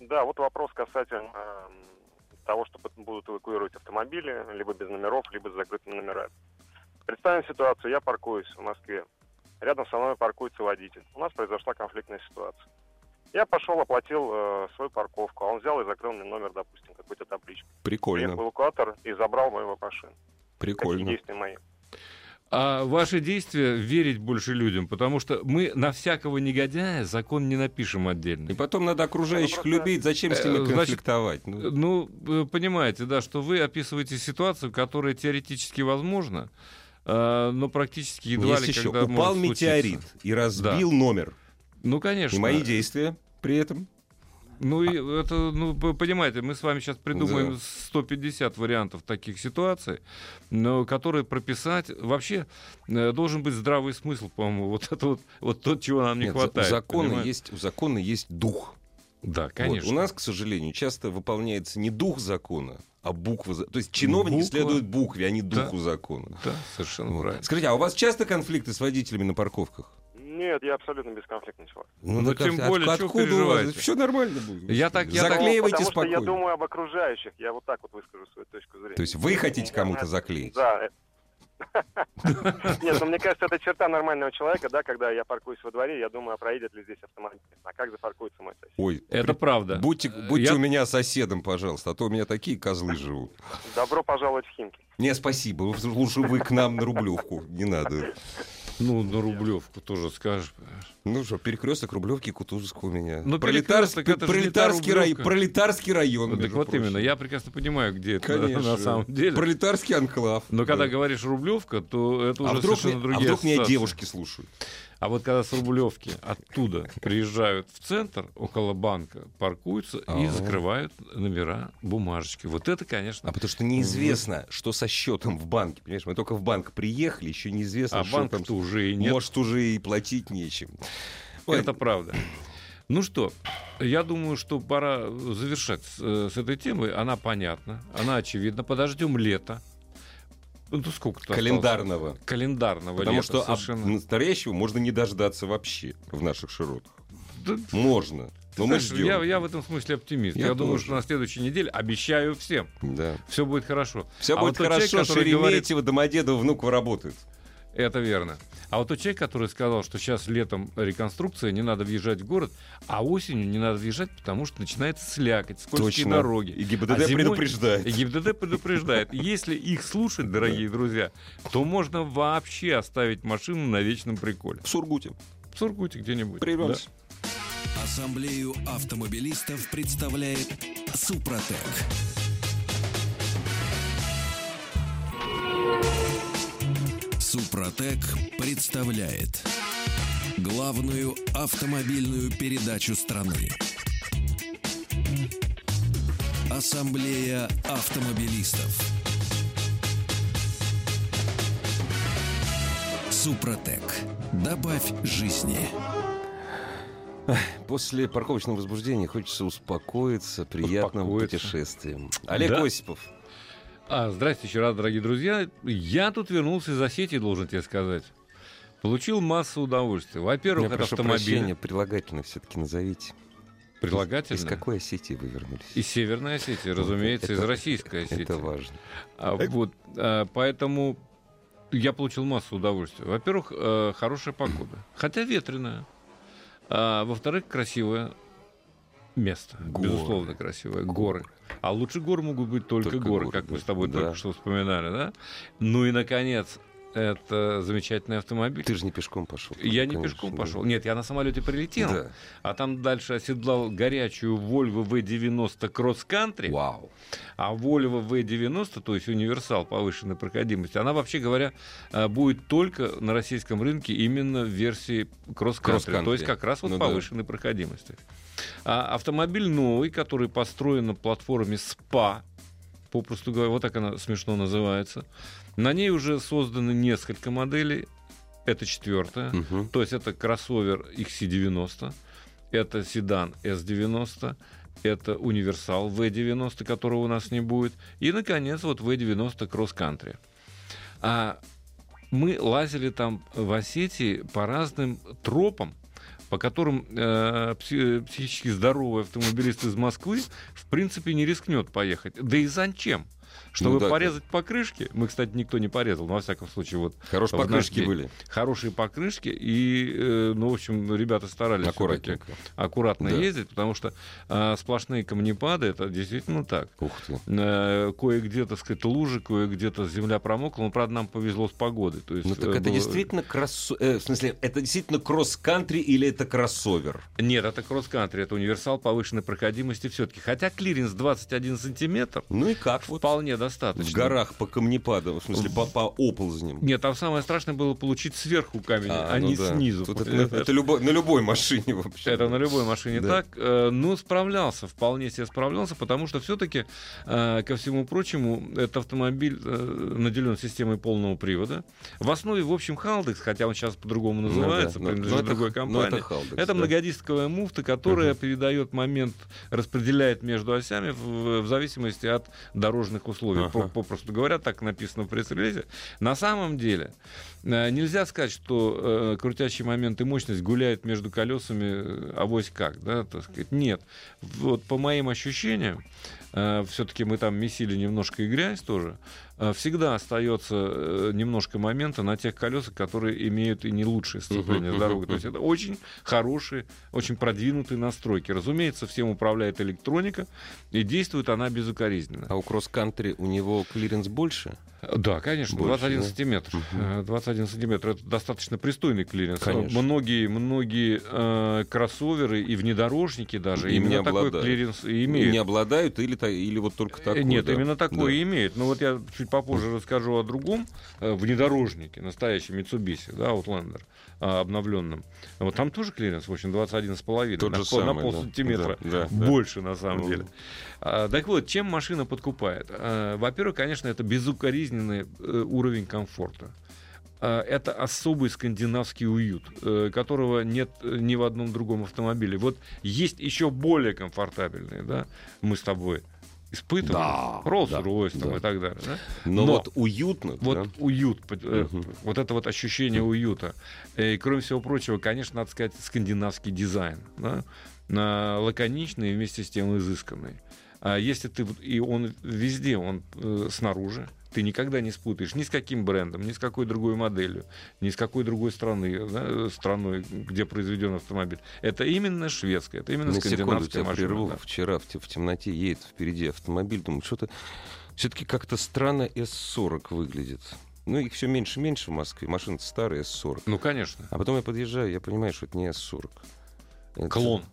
Speaker 5: Да, вот вопрос касательно эм, того, что пот- будут эвакуировать автомобили, либо без номеров, либо с закрытыми номерами. Представим ситуацию, я паркуюсь в Москве. Рядом со мной паркуется водитель. У нас произошла конфликтная ситуация. Я пошел, оплатил э, свою парковку, а он взял и закрыл мне номер, допустим, какой-то таблички. Приехал
Speaker 1: Прикольно.
Speaker 5: эвакуатор и забрал мою машину. Какие
Speaker 1: Прикольно.
Speaker 5: действия мои?
Speaker 2: А ваши действия верить больше людям, потому что мы на всякого негодяя закон не напишем отдельно.
Speaker 1: И потом надо окружающих
Speaker 5: Ну, просто-
Speaker 1: любить. Зачем с
Speaker 2: Э,
Speaker 1: ними
Speaker 2: значит,
Speaker 1: конфликтовать? Ну,
Speaker 2: Ну, э, понимаете, да, что вы описываете ситуацию, которая теоретически возможна, э, но практически едва
Speaker 1: есть
Speaker 2: ли
Speaker 1: еще.
Speaker 2: когда
Speaker 1: Упал
Speaker 2: может случиться.
Speaker 1: метеорит и разбил номер.
Speaker 2: Ну, конечно.
Speaker 1: И мои действия при этом.
Speaker 2: Ну, и это, ну, п- понимаете, мы с вами сейчас придумаем
Speaker 1: Да.
Speaker 2: 150 вариантов таких ситуаций, но которые прописать... Вообще э, должен быть здравый смысл, по-моему, вот это вот, вот то, чего нам не
Speaker 1: Нет, за-
Speaker 2: хватает.
Speaker 1: у, закона
Speaker 2: понимаете?
Speaker 1: есть, у закона есть дух.
Speaker 2: Да,
Speaker 1: Вот.
Speaker 2: конечно.
Speaker 1: У нас, к сожалению, часто выполняется не дух закона, а буква. за- То есть чиновники
Speaker 2: Буква.
Speaker 1: следуют букве, а не
Speaker 2: Да.
Speaker 1: духу закона.
Speaker 2: Да, совершенно
Speaker 1: Вот.
Speaker 2: правильно.
Speaker 1: Скажите, а у вас часто конфликты с водителями на парковках?
Speaker 5: Нет, я абсолютно бесконфликтный человек.
Speaker 1: Ну,
Speaker 2: да тем более, чего переживаете?
Speaker 1: Все нормально будет.
Speaker 2: Я так- я так-
Speaker 1: Заклеивайте
Speaker 5: Ну, потому
Speaker 1: спокойно.
Speaker 5: что я думаю об окружающих. Я вот так вот выскажу свою точку зрения.
Speaker 1: То есть вы хотите кому-то
Speaker 5: Наверное,
Speaker 1: заклеить?
Speaker 5: Да. э. Нет, ну мне кажется, это черта нормального человека, да, когда я паркуюсь во дворе, я думаю, а проедет ли здесь автомобиль, а как запаркуется мой сосед.
Speaker 1: Ой,
Speaker 2: Это
Speaker 1: при-
Speaker 2: правда.
Speaker 1: будьте, будьте
Speaker 2: Я-
Speaker 1: у меня соседом, пожалуйста, а то у меня такие козлы живут.
Speaker 5: Добро пожаловать в Химки.
Speaker 1: Не, спасибо, вы- лучше вы к нам на Рублевку, не надо.
Speaker 2: Ну, на Рублевку тоже скажешь.
Speaker 1: Ну что, перекресток Рублевки и Кутузовска у меня.
Speaker 2: Ну,
Speaker 1: Пролетарс-
Speaker 2: перекрёсток, это же не
Speaker 1: пролетарский,
Speaker 2: та
Speaker 1: рай-
Speaker 2: Рублевка.
Speaker 1: пролетарский район.
Speaker 2: Ну, так
Speaker 1: между
Speaker 2: вот
Speaker 1: прочим.
Speaker 2: именно, я прекрасно понимаю, где это
Speaker 1: Конечно.
Speaker 2: на самом деле.
Speaker 1: Пролетарский анклав.
Speaker 2: Но когда
Speaker 1: Да.
Speaker 2: говоришь Рублевка, то это уже
Speaker 1: а вдруг,
Speaker 2: совершенно
Speaker 1: мне- а
Speaker 2: другие
Speaker 1: вдруг меня
Speaker 2: ассоциации.
Speaker 1: девушки слушают?
Speaker 2: А вот когда с Рублевки оттуда приезжают в центр, около банка, паркуются и
Speaker 1: А.
Speaker 2: закрывают номера бумажечки. Вот это,
Speaker 1: А
Speaker 2: конечно.
Speaker 1: потому что неизвестно, что со счетом в банке. Понимаешь, мы только в банк приехали, еще неизвестно,
Speaker 2: А
Speaker 1: что там
Speaker 2: банк-то уже и нет.
Speaker 1: Может, уже и платить нечем. Ой,
Speaker 2: Это правда. Ну что, я думаю, что пора завершать с, э, с этой темой. Она понятна, она очевидна. Подождем лето. Ну, то сколько-то осталось?
Speaker 1: Календарного.
Speaker 2: Календарного
Speaker 1: Потому
Speaker 2: лета
Speaker 1: что об-
Speaker 2: совершенно.
Speaker 1: настоящего можно не дождаться вообще в наших широтах.
Speaker 2: Да
Speaker 1: Можно.
Speaker 2: Ты
Speaker 1: Но мы
Speaker 2: знаешь, я,
Speaker 1: ждем.
Speaker 2: я в этом смысле оптимист. Я,
Speaker 1: Ну, Я
Speaker 2: думаю,
Speaker 1: тоже.
Speaker 2: что на следующей неделе обещаю всем.
Speaker 1: Да.
Speaker 2: Все будет хорошо.
Speaker 1: Все
Speaker 2: А
Speaker 1: будет
Speaker 2: вот тот человек,
Speaker 1: хорошо,
Speaker 2: который говорит,
Speaker 1: Шереметьево, Домодедово, Внуково работает.
Speaker 2: это верно. А вот тот человек, который сказал, что сейчас летом реконструкция, не надо въезжать в город, а осенью не надо въезжать, потому что начинается слякоть, скользкие
Speaker 1: Точно.
Speaker 2: дороги.
Speaker 1: И ГИБДД
Speaker 2: А зимой-
Speaker 1: предупреждает.
Speaker 2: И ГИБДД предупреждает, если их слушать, дорогие друзья, то можно вообще оставить машину на вечном приколе.
Speaker 1: В Сургуте.
Speaker 2: В Сургуте где-нибудь.
Speaker 1: Прервемся.
Speaker 2: Да.
Speaker 3: Ассамблею автомобилистов представляет Супротек. Супротек Супротек представляет главную автомобильную передачу страны. Ассамблея автомобилистов. Супротек. Добавь жизни.
Speaker 1: После парковочного возбуждения хочется успокоиться приятным
Speaker 2: Успокоиться.
Speaker 1: путешествием. Олег
Speaker 2: Да.
Speaker 1: Осипов.
Speaker 2: А, здрасте еще раз, дорогие друзья. Я тут вернулся из Осетии, должен тебе сказать. Получил массу удовольствия.
Speaker 1: Я
Speaker 2: Во-первых, от
Speaker 1: прошу
Speaker 2: автомобиля.
Speaker 1: прощения, прилагательно все-таки назовите.
Speaker 2: Прилагательно.
Speaker 1: Из какой Осетии вы вернулись?
Speaker 2: Из Северной Осетии,
Speaker 1: Вот
Speaker 2: разумеется, из
Speaker 1: это-
Speaker 2: Российской Осетии.
Speaker 1: Это важно.
Speaker 2: А, вот, а, поэтому я получил массу удовольствия. Во-первых, э, хорошая погода, хотя ветреная. А, во-вторых, красивое место,
Speaker 1: Горы.
Speaker 2: безусловно красивое, горы. А лучше гор могут быть только,
Speaker 1: Только
Speaker 2: горы,
Speaker 1: горы,
Speaker 2: как мы
Speaker 1: да.
Speaker 2: с тобой
Speaker 1: Да.
Speaker 2: только что вспоминали, да? Ну и наконец, это замечательный автомобиль.
Speaker 1: Ты же не пешком пошел.
Speaker 2: Я не
Speaker 1: Конечно,
Speaker 2: пешком
Speaker 1: да.
Speaker 2: пошел. Нет, я на самолете прилетел,
Speaker 1: Да.
Speaker 2: а там дальше оседлал горячую Volvo V90 Cross Country.
Speaker 1: Вау.
Speaker 2: А Volvo V90, то есть универсал повышенной проходимости, она, вообще говоря, э, будет только на российском рынке именно в версии кросс-кантри,
Speaker 1: Кросс-кантри.
Speaker 2: то есть как раз вот
Speaker 1: Ну да.
Speaker 2: повышенной проходимости. А автомобиль новый, который построен на платформе SPA, попросту говоря, вот так она смешно называется. На ней уже созданы несколько моделей, это четвертая.
Speaker 1: Мгм.
Speaker 2: То есть это кроссовер XC90, это седан S90, это универсал V90, которого у нас не будет, и, наконец, вот V90 Cross Country. А мы лазили там в Осетии по разным тропам, по которым э, пси- психически здоровый автомобилист из Москвы в принципе не рискнет поехать. Да и зачем? Чтобы
Speaker 1: да, да.
Speaker 2: порезать покрышки, мы, кстати, никто не порезал, но во всяком случае вот
Speaker 1: Хорош
Speaker 2: Вот наш
Speaker 1: покрышки
Speaker 2: день.
Speaker 1: были.
Speaker 2: хорошие покрышки. И, э, ну, в общем, ребята старались всё-таки
Speaker 1: Аккуратненько.
Speaker 2: аккуратно
Speaker 1: Да.
Speaker 2: ездить, потому что э, сплошные камнепады, это действительно так.
Speaker 1: Ух ты.
Speaker 2: Э, кое-где, так сказать, лужи, кое-где-то земля промокла. Но, правда, нам повезло с погодой. То есть,
Speaker 1: Ну так
Speaker 2: э,
Speaker 1: это
Speaker 2: было-
Speaker 1: действительно кросс... э, в смысле, это действительно кросс-кантри или это кроссовер?
Speaker 2: Нет, это кросс-кантри, это универсал повышенной проходимости все-таки. Хотя клиренс 21 сантиметр
Speaker 1: Ну и как вот?
Speaker 2: вполне достаточно.
Speaker 1: В горах по камнепадам, в смысле, по, по оползням.
Speaker 2: Нет, там самое страшное было получить сверху камень, а,
Speaker 1: ну
Speaker 2: не
Speaker 1: да.
Speaker 2: снизу.
Speaker 1: Тут это, это любо- на любой машине вообще.
Speaker 2: Это на любой машине
Speaker 1: Да.
Speaker 2: так. Э, Но справлялся, вполне себе справлялся, потому что все-таки, ко всему прочему, этот автомобиль э, наделен системой полного привода. В основе, в общем, Халдекс, хотя он сейчас по-другому
Speaker 1: Ну да,
Speaker 2: называется,
Speaker 1: но-
Speaker 2: принадлежит
Speaker 1: но это-
Speaker 2: другой
Speaker 1: но
Speaker 2: компании.
Speaker 1: это Haldex,
Speaker 2: Это
Speaker 1: да.
Speaker 2: многодисковая муфта, которая передает момент, распределяет между осями в, в зависимости от дорожных условий.
Speaker 1: Ага.
Speaker 2: По- Попросту говоря, так написано в пресс-релизе. На самом деле э, нельзя сказать, что э, крутящий момент и мощность гуляют между колесами э, авось как, да, так сказать. Нет. Вот по моим ощущениям, все-таки мы там месили немножко и грязь тоже, э, всегда остается э, немножко момента на тех колесах, которые имеют и не лучшее
Speaker 1: Мгм,
Speaker 2: сцепление с
Speaker 1: мгм,
Speaker 2: дорогой. То есть это очень хорошие, очень продвинутые настройки. Разумеется, всем управляет электроника, и действует она безукоризненно.
Speaker 1: А у кросс-кантри у него клиренс больше?
Speaker 2: А, Да, конечно,
Speaker 1: Больше,
Speaker 2: 21
Speaker 1: да?
Speaker 2: сантиметр.
Speaker 1: Мгм.
Speaker 2: Э, 21 сантиметр это достаточно пристойный клиренс.
Speaker 1: Конечно.
Speaker 2: Многие, многие э, кроссоверы и внедорожники даже
Speaker 1: Им не
Speaker 2: именно такой
Speaker 1: обладают.
Speaker 2: клиренс и имеют.
Speaker 1: Не обладают или, та- или вот только такой?
Speaker 2: Э, Нет,
Speaker 1: да?
Speaker 2: именно такое
Speaker 1: Да.
Speaker 2: имеет. Но вот я чуть попозже расскажу о другом э, внедорожнике, настоящем Mitsubishi, да, Outlander, э, обновленном. Вот там тоже клиренс, в общем, 21,5.
Speaker 1: Тот
Speaker 2: на,
Speaker 1: же
Speaker 2: пол- на
Speaker 1: самый, да.
Speaker 2: полсантиметра.
Speaker 1: Да, да, да.
Speaker 2: Больше, на самом
Speaker 1: Ну.
Speaker 2: деле. А, так вот, чем машина подкупает? А, во-первых, конечно, это безукоризненный э, уровень комфорта. А, Это особый скандинавский уют, э, которого нет э, ни в одном другом автомобиле. Вот есть еще более комфортабельные, да, мы с тобой испытывали.
Speaker 1: Да,
Speaker 2: Rolls-Royce
Speaker 1: да,
Speaker 2: там
Speaker 1: да.
Speaker 2: и так далее. да?
Speaker 1: Но,
Speaker 2: Но
Speaker 1: вот уютно.
Speaker 2: Вот
Speaker 1: да?
Speaker 2: уют, под- э,
Speaker 1: Мгм.
Speaker 2: вот это вот ощущение уюта. Э, И, кроме всего прочего, конечно, надо сказать, скандинавский дизайн. Да? На- Лаконичный и вместе с тем изысканный. А если ты... вот- И он везде, он э, снаружи, ты никогда не спутаешь ни с каким брендом, ни с какой другой моделью, ни с какой другой страны, да, э, страной, где произведен автомобиль. Это именно шведская, это именно
Speaker 1: На секунду
Speaker 2: скандинавская
Speaker 1: тебя
Speaker 2: машина.
Speaker 1: прерву.
Speaker 2: да.
Speaker 1: Вчера в, те- в темноте едет впереди автомобиль. Думаю, что-то все-таки как-то странно С-40 выглядит. Ну, их все меньше и меньше в Москве. Машина старая С-40.
Speaker 2: Ну, конечно.
Speaker 1: А потом я подъезжаю, я понимаю, что это не С-40. Это-
Speaker 2: Клон.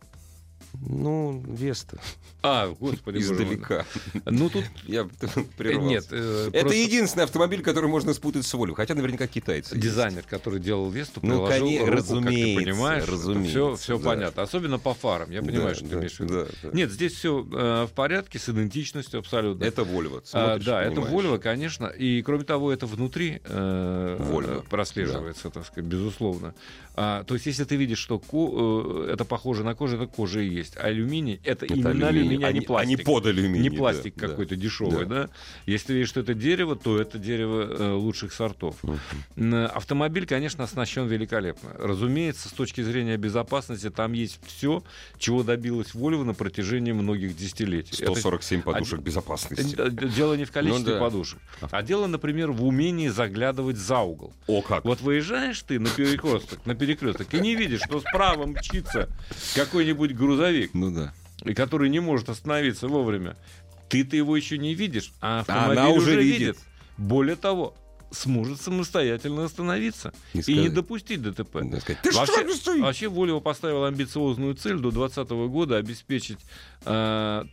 Speaker 1: Ну, Веста.
Speaker 2: А, господи, боже мой.
Speaker 1: Издалека.
Speaker 2: Ну тут
Speaker 1: Я
Speaker 2: э,
Speaker 1: прервался.
Speaker 2: нет, э,
Speaker 1: Это
Speaker 2: просто
Speaker 1: единственный автомобиль, который можно спутать с Вольво. Хотя наверняка китайцы. есть.
Speaker 2: дизайнер, который делал Весту,
Speaker 1: Ну,
Speaker 2: приложил
Speaker 1: конечно,
Speaker 2: руку, как ты
Speaker 1: разумеется,
Speaker 2: понимаешь,
Speaker 1: разумеется,
Speaker 2: все, все
Speaker 1: да.
Speaker 2: понятно, особенно по фарам, я понимаю,
Speaker 1: Да,
Speaker 2: что ты
Speaker 1: да,
Speaker 2: имеешь в виду.
Speaker 1: да, да.
Speaker 2: Нет, здесь все в порядке с идентичностью абсолютно.
Speaker 1: Это Вольво.
Speaker 2: А,
Speaker 1: Смотришь,
Speaker 2: да, это
Speaker 1: понимаешь.
Speaker 2: Вольво, конечно. И кроме того, это внутри э,
Speaker 1: Вольво,
Speaker 2: э, прослеживается, так сказать, безусловно. А, то есть, если ты видишь, что ко- э, это похоже на кожу, это кожа и есть. А алюминий это,
Speaker 1: Это
Speaker 2: именно алюминий, а не пластик.
Speaker 1: Они под алюминий.
Speaker 2: не
Speaker 1: да,
Speaker 2: пластик
Speaker 1: да.
Speaker 2: какой-то дешевый, да. Если ты видишь, что это дерево, то это дерево э, лучших сортов.
Speaker 1: Мгм.
Speaker 2: Н- Автомобиль, конечно, оснащен великолепно. Разумеется, с точки зрения безопасности, там есть все, чего добилась Volvo на протяжении многих десятилетий. Это
Speaker 1: 147 подушек безопасности.
Speaker 2: Д- д- Дело не в количестве
Speaker 1: да.
Speaker 2: подушек, а дело, например, в умении заглядывать за угол.
Speaker 1: О как!
Speaker 2: Вот выезжаешь ты на перекресток, на перекресток и не видишь, что справа мчится какой-нибудь грузовик,
Speaker 1: Ну да.
Speaker 2: и который не может остановиться вовремя. Ты-то его еще не видишь,
Speaker 1: А
Speaker 2: а автомобиль
Speaker 1: она
Speaker 2: уже
Speaker 1: уже
Speaker 2: видит.
Speaker 1: видит.
Speaker 2: Более того, сможет самостоятельно остановиться и не
Speaker 1: сказать.
Speaker 2: допустить ДТП.
Speaker 1: Да, сказать, Ты что,
Speaker 2: Вообще,
Speaker 1: не стой!»
Speaker 2: вообще Volvo поставила амбициозную цель до 2020 года обеспечить э,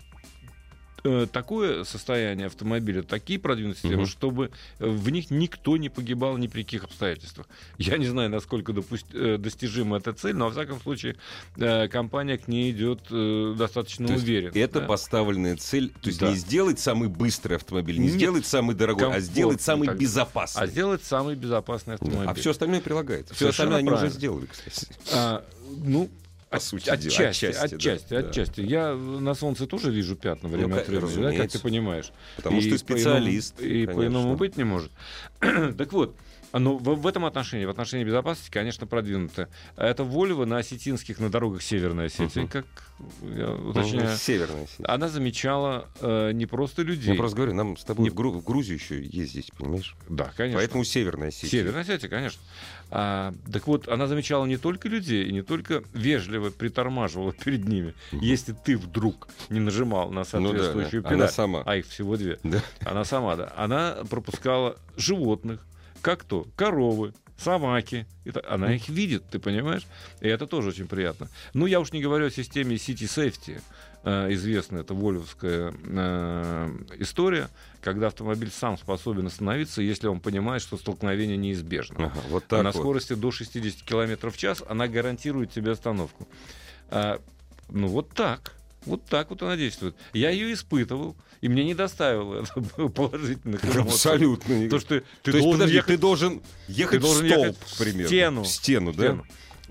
Speaker 2: э, такое состояние автомобиля, такие продвинутые системы,
Speaker 1: Мгм.
Speaker 2: чтобы э, в них никто не погибал ни при каких обстоятельствах. Я не знаю, насколько допуст- э, достижима эта цель, но во всяком случае э, компания к ней идет э, достаточно
Speaker 1: То есть
Speaker 2: уверенно.
Speaker 1: Это
Speaker 2: да.
Speaker 1: поставленная цель. То есть
Speaker 2: Да.
Speaker 1: не сделать самый быстрый автомобиль, не
Speaker 2: Нет.
Speaker 1: сделать самый дорогой, а
Speaker 2: Комфортно
Speaker 1: сделать самый
Speaker 2: так.
Speaker 1: безопасный.
Speaker 2: А сделать самый безопасный
Speaker 1: Да.
Speaker 2: автомобиль.
Speaker 1: А все остальное прилагается. Все
Speaker 2: Совершенно
Speaker 1: остальное они уже
Speaker 2: правильно.
Speaker 1: сделали, кстати.
Speaker 2: А, ну,
Speaker 1: По
Speaker 2: от-
Speaker 1: сути дела,
Speaker 2: отчасти, отчасти,
Speaker 1: отчасти, да,
Speaker 2: отчасти,
Speaker 1: да.
Speaker 2: Я на солнце тоже вижу пятна время
Speaker 1: Ну, ка-
Speaker 2: от времени, да, как
Speaker 1: разумеется.
Speaker 2: ты понимаешь.
Speaker 1: Потому что
Speaker 2: И
Speaker 1: ты специалист.
Speaker 2: по-иному- и
Speaker 1: конечно.
Speaker 2: по-иному быть не может. так вот, но в, в этом отношении, в отношении безопасности, конечно, продвинуто. А Это Вольво на осетинских, на дорогах Северной Осетии,
Speaker 1: Мгм.
Speaker 2: как я
Speaker 1: Ну,
Speaker 2: уточняю,
Speaker 1: Северная Осетия.
Speaker 2: она замечала э, не просто людей.
Speaker 1: Я Ну, просто говорю, нам с тобой
Speaker 2: Не-
Speaker 1: в, Гру- в Грузию еще ездить, понимаешь?
Speaker 2: Да, конечно.
Speaker 1: Поэтому Северная Осетия.
Speaker 2: Северная Осетия, конечно. А, так вот, она замечала не только людей, и не только вежливо притормаживала перед ними,
Speaker 1: Мгм.
Speaker 2: если ты вдруг не нажимал на
Speaker 1: Ну да, да.
Speaker 2: соответствующую
Speaker 1: Она
Speaker 2: педаль.
Speaker 1: сама.
Speaker 2: А их всего две.
Speaker 1: Да.
Speaker 2: Она сама, да. Она пропускала животных, как то коровы, собаки. И та- она их видит, ты понимаешь? И это тоже очень приятно. Ну, я уж не говорю о системе City Safety. Э, Известная это вольвовская э, история, когда автомобиль сам способен остановиться, если он понимает, что столкновение неизбежно
Speaker 1: Ага, вот так
Speaker 2: на
Speaker 1: вот.
Speaker 2: скорости до 60 км в час она гарантирует тебе остановку. А, ну вот так. Вот так вот она действует. Я ее испытывал, и мне не доставило это положительных эмоций.
Speaker 1: Абсолютно.
Speaker 2: То, что ты,
Speaker 1: То есть,
Speaker 2: должен
Speaker 1: подожди,
Speaker 2: ехать
Speaker 1: ты должен ехать
Speaker 2: ты должен
Speaker 1: в столб,
Speaker 2: ехать в
Speaker 1: примерно.
Speaker 2: стену.
Speaker 1: В стену,
Speaker 2: в
Speaker 1: да?
Speaker 2: стену.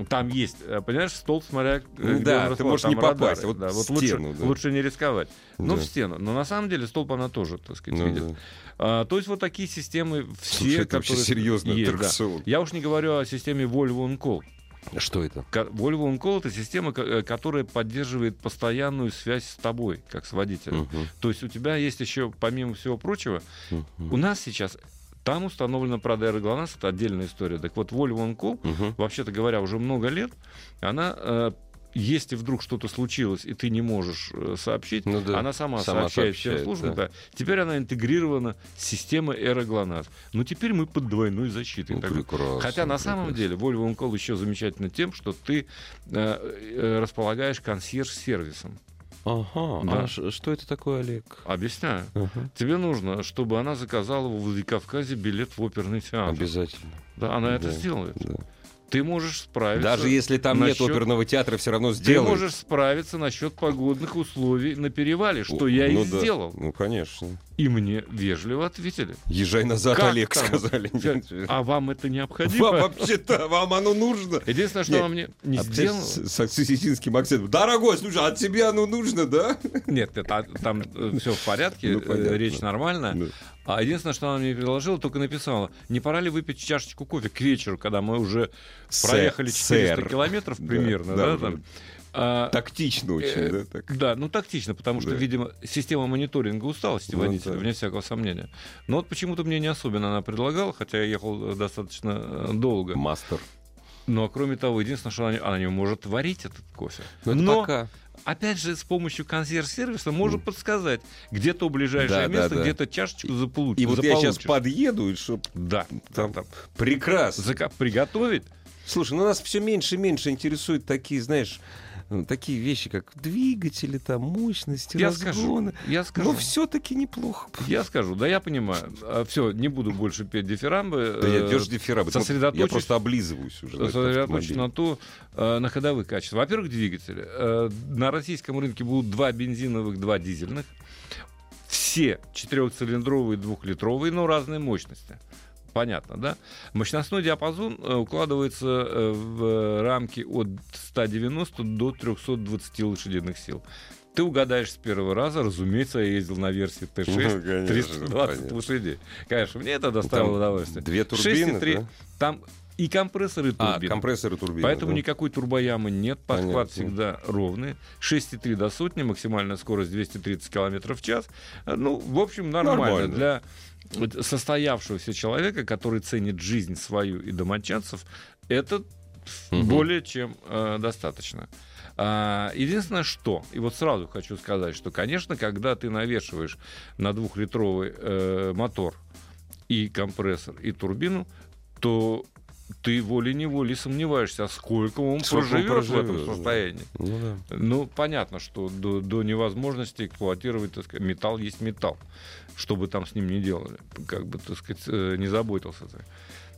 Speaker 2: Там есть, э, понимаешь, столб, смотря... э,
Speaker 1: Ну
Speaker 2: где
Speaker 1: да,
Speaker 2: он
Speaker 1: ты
Speaker 2: расположен,
Speaker 1: можешь не
Speaker 2: там радары,
Speaker 1: попасть, а вот
Speaker 2: да,
Speaker 1: в
Speaker 2: вот
Speaker 1: стену,
Speaker 2: лучше,
Speaker 1: да.
Speaker 2: лучше не рисковать. Ну,
Speaker 1: Да.
Speaker 2: в стену. Но на самом деле столб она тоже, так сказать,
Speaker 1: Ну
Speaker 2: видит.
Speaker 1: да.
Speaker 2: А, то есть вот такие системы все,
Speaker 1: Слушай, это вообще
Speaker 2: которые
Speaker 1: серьезный
Speaker 2: есть, да.
Speaker 1: аттракцион.
Speaker 2: Я уж не говорю о системе Volvo On Call.
Speaker 1: Что это?
Speaker 2: Ко- Volvo On Call это система, ко- э, которая поддерживает постоянную связь с тобой, как с водителем.
Speaker 1: Мгм,
Speaker 2: То есть у тебя есть еще, помимо всего прочего,
Speaker 1: мгм,
Speaker 2: у нас сейчас там установлена правда, аэроглонасс, это отдельная история. Так вот, Volvo On Call,
Speaker 1: мгм.
Speaker 2: вообще-то говоря, уже много лет, она, э, если вдруг что-то случилось, и ты не можешь э, сообщить,
Speaker 1: Ну да,
Speaker 2: она сама,
Speaker 1: сама
Speaker 2: сообщает всем
Speaker 1: сообщает,
Speaker 2: службам. да. Теперь она интегрирована с системой Аэроглонасс. Ну, теперь мы под двойной защитой.
Speaker 1: Ну,
Speaker 2: Так вот,
Speaker 1: прекрасно,
Speaker 2: Хотя на самом
Speaker 1: прекрасно.
Speaker 2: деле Volvo OnCall еще замечательно тем, что ты э, э, располагаешь консьерж-сервисом.
Speaker 1: Ага,
Speaker 2: Да.
Speaker 1: а ш- что это такое, Олег?
Speaker 2: Объясняю.
Speaker 1: Ага.
Speaker 2: Тебе нужно, чтобы она заказала во Владикавказе билет в оперный театр.
Speaker 1: Обязательно.
Speaker 2: Да, она это
Speaker 1: Да,
Speaker 2: сделает.
Speaker 1: да.
Speaker 2: Ты можешь справиться.
Speaker 1: Даже если там нет
Speaker 2: насчет-
Speaker 1: оперного театра, все равно
Speaker 2: Ты
Speaker 1: сделают.
Speaker 2: можешь справиться насчет погодных условий на перевале, что я
Speaker 1: ну
Speaker 2: и
Speaker 1: да.
Speaker 2: сделал.
Speaker 1: Ну, конечно.
Speaker 2: И мне вежливо ответили.
Speaker 1: Езжай назад,
Speaker 2: Как
Speaker 1: Олег,
Speaker 2: там?
Speaker 1: сказали.
Speaker 2: А типа вам это необходимо?
Speaker 1: Вам вообще-то, вам оно нужно.
Speaker 2: Единственное, что
Speaker 1: Нет.
Speaker 2: она мне не
Speaker 1: А ты
Speaker 2: сделала.
Speaker 1: с, с аксуситинским акцентом. Дорогой, слушай, а тебе оно нужно, да?
Speaker 2: Нет, нет, а там все в порядке,
Speaker 1: Ну,
Speaker 2: э,
Speaker 1: понятно.
Speaker 2: речь нормальная.
Speaker 1: Да.
Speaker 2: А единственное, что она мне предложила, только написала, не пора ли выпить чашечку кофе к вечеру, когда мы уже
Speaker 1: Сэр,
Speaker 2: проехали 400
Speaker 1: сэр.
Speaker 2: километров
Speaker 1: Да,
Speaker 2: примерно,
Speaker 1: да,
Speaker 2: да,
Speaker 1: уже.
Speaker 2: там. А,
Speaker 1: Тактично очень,
Speaker 2: э,
Speaker 1: да? Так.
Speaker 2: да, ну тактично, потому что,
Speaker 1: Да.
Speaker 2: видимо, система мониторинга усталости
Speaker 1: Ну,
Speaker 2: водителя,
Speaker 1: да.
Speaker 2: вне всякого сомнения. Но вот почему-то мне не особенно она предлагала, хотя я ехал э, достаточно э, долго.
Speaker 1: Мастер.
Speaker 2: Но, кроме того, единственное, что она, не- она не может варить этот кофе.
Speaker 1: Ну, это пока.
Speaker 2: опять же, с помощью консьерж-сервиса можно подсказать, где то ближайшее
Speaker 1: Да, да,
Speaker 2: место,
Speaker 1: да.
Speaker 2: где-то чашечку заполучить.
Speaker 1: И вот я сейчас подъеду, и чтоб
Speaker 2: Да,
Speaker 1: там-
Speaker 2: да, да.
Speaker 1: прекрасно.
Speaker 2: Зака- а приготовить.
Speaker 1: Слушай, ну нас все меньше и меньше интересуют такие, знаешь, Ну, такие вещи, как двигатели, там, мощности,
Speaker 2: Я
Speaker 1: разгоны. Ну
Speaker 2: скажу, я скажу.
Speaker 1: Но все-таки неплохо.
Speaker 2: Я скажу, да, я понимаю. Все, не буду больше петь дифирамбы.
Speaker 1: Да я
Speaker 2: Э,
Speaker 1: держу дифирамбы.
Speaker 2: сосредоточусь-
Speaker 1: Я просто облизываюсь уже. на Ну, этот
Speaker 2: сосредоточен
Speaker 1: автомобиль.
Speaker 2: на то, э, на ходовых качествах. Во-первых, двигатели. Э, на российском рынке будут два бензиновых, два дизельных. Все четырехцилиндровые, двухлитровые, но разной мощности. Понятно, да? Мощностной диапазон э, укладывается э, в рамки от 190 до 320 лошадиных сил. Ты угадаешь с первого раза, разумеется, я ездил на версии
Speaker 1: Ну,
Speaker 2: Т6,
Speaker 1: конечно,
Speaker 2: 320
Speaker 1: понятно.
Speaker 2: лошадей. Конечно, мне это
Speaker 1: Ну, там
Speaker 2: доставило удовольствие.
Speaker 1: Две
Speaker 2: Шесть и
Speaker 1: турбины,
Speaker 2: три.
Speaker 1: да?
Speaker 2: Там и компрессоры, и
Speaker 1: А,
Speaker 2: турбины.
Speaker 1: компрессоры турбины.
Speaker 2: Поэтому
Speaker 1: да.
Speaker 2: никакой турбоямы нет, подхват
Speaker 1: Понятно.
Speaker 2: всегда ровный. 6,3 до сотни, максимальная скорость 230 км в час. Э, Ну, в общем, нормально,
Speaker 1: Нормально.
Speaker 2: для вот состоявшегося человека, который ценит жизнь свою и домочадцев, это
Speaker 1: Мгм.
Speaker 2: более чем э, достаточно. А, единственное, что, и вот сразу хочу сказать, что, конечно, когда ты навешиваешь на двухлитровый э, мотор и компрессор, и турбину, то ты волей-неволей сомневаешься, а сколько он
Speaker 1: Сколько он
Speaker 2: проживет, в
Speaker 1: проживет,
Speaker 2: этом
Speaker 1: да.
Speaker 2: состоянии.
Speaker 1: Ну да.
Speaker 2: Ну, понятно, что до, до невозможности эксплуатировать, так сказать, металл есть металл. Что бы там с ним ни делали, как бы, так сказать, э, не заботился ты.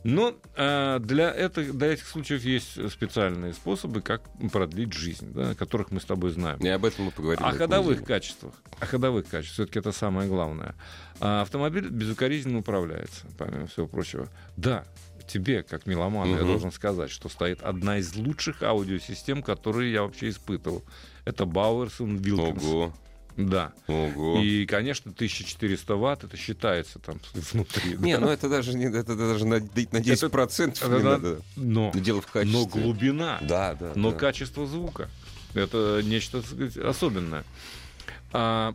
Speaker 2: Но э, для, этих, для этих случаев есть специальные способы, как продлить жизнь, да, о которых мы с тобой знаем.
Speaker 1: И об этом мы поговорим.
Speaker 2: О
Speaker 1: на этой
Speaker 2: ходовых
Speaker 1: неделе.
Speaker 2: качествах. О ходовых качествах. Все-таки это самое главное. А автомобиль безукоризненно управляется, помимо всего прочего. Да, тебе, как меломану, я
Speaker 1: Мгм.
Speaker 2: должен сказать, что стоит одна из лучших аудиосистем, которые я вообще испытывал. Это Бауэрсон Wilkins.
Speaker 1: Ого,
Speaker 2: Да.
Speaker 1: ого.
Speaker 2: И, конечно, 1400 ватт, это считается там внутри.
Speaker 1: Не,
Speaker 2: да.
Speaker 1: ну это даже, не, это даже на, д- на 10% процентов
Speaker 2: это
Speaker 1: не
Speaker 2: надо-
Speaker 1: надо.
Speaker 2: но,
Speaker 1: Дело в качестве.
Speaker 2: но глубина.
Speaker 1: Да, да.
Speaker 2: но
Speaker 1: да.
Speaker 2: качество звука. Это нечто так сказать, особенное. А,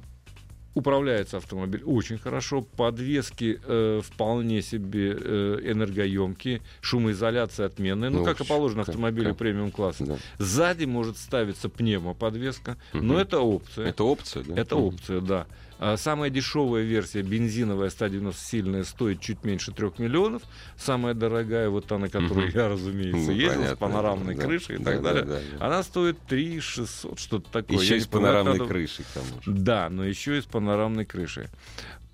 Speaker 2: управляется автомобиль очень хорошо, подвески э, вполне себе э, энергоемкие, шумоизоляция отменная, ну,
Speaker 1: Ну,
Speaker 2: как и
Speaker 1: вообще,
Speaker 2: положено
Speaker 1: как-
Speaker 2: автомобилю
Speaker 1: как-
Speaker 2: премиум-класса.
Speaker 1: Да.
Speaker 2: Сзади может ставиться пневмоподвеска, но
Speaker 1: Мгм.
Speaker 2: это опция.
Speaker 1: Это опция, да?
Speaker 2: Это
Speaker 1: Мгм.
Speaker 2: опция, да. А Самая дешевая версия, бензиновая 190-сильная, стоит чуть меньше 3 миллионов. Самая дорогая, вот та, на которую
Speaker 1: Мгм.
Speaker 2: я,
Speaker 1: Ну,
Speaker 2: разумеется, ездил,
Speaker 1: понятно,
Speaker 2: с панорамной
Speaker 1: да.
Speaker 2: крышей и
Speaker 1: Да,
Speaker 2: так
Speaker 1: да,
Speaker 2: далее. А
Speaker 1: да, да.
Speaker 2: Она стоит 3 600, что-то такое. Я
Speaker 1: Еще и
Speaker 2: не
Speaker 1: с
Speaker 2: понимаю,
Speaker 1: панорамной
Speaker 2: надо-
Speaker 1: крышей, к тому же.
Speaker 2: Да, но еще и с панорамной крышей.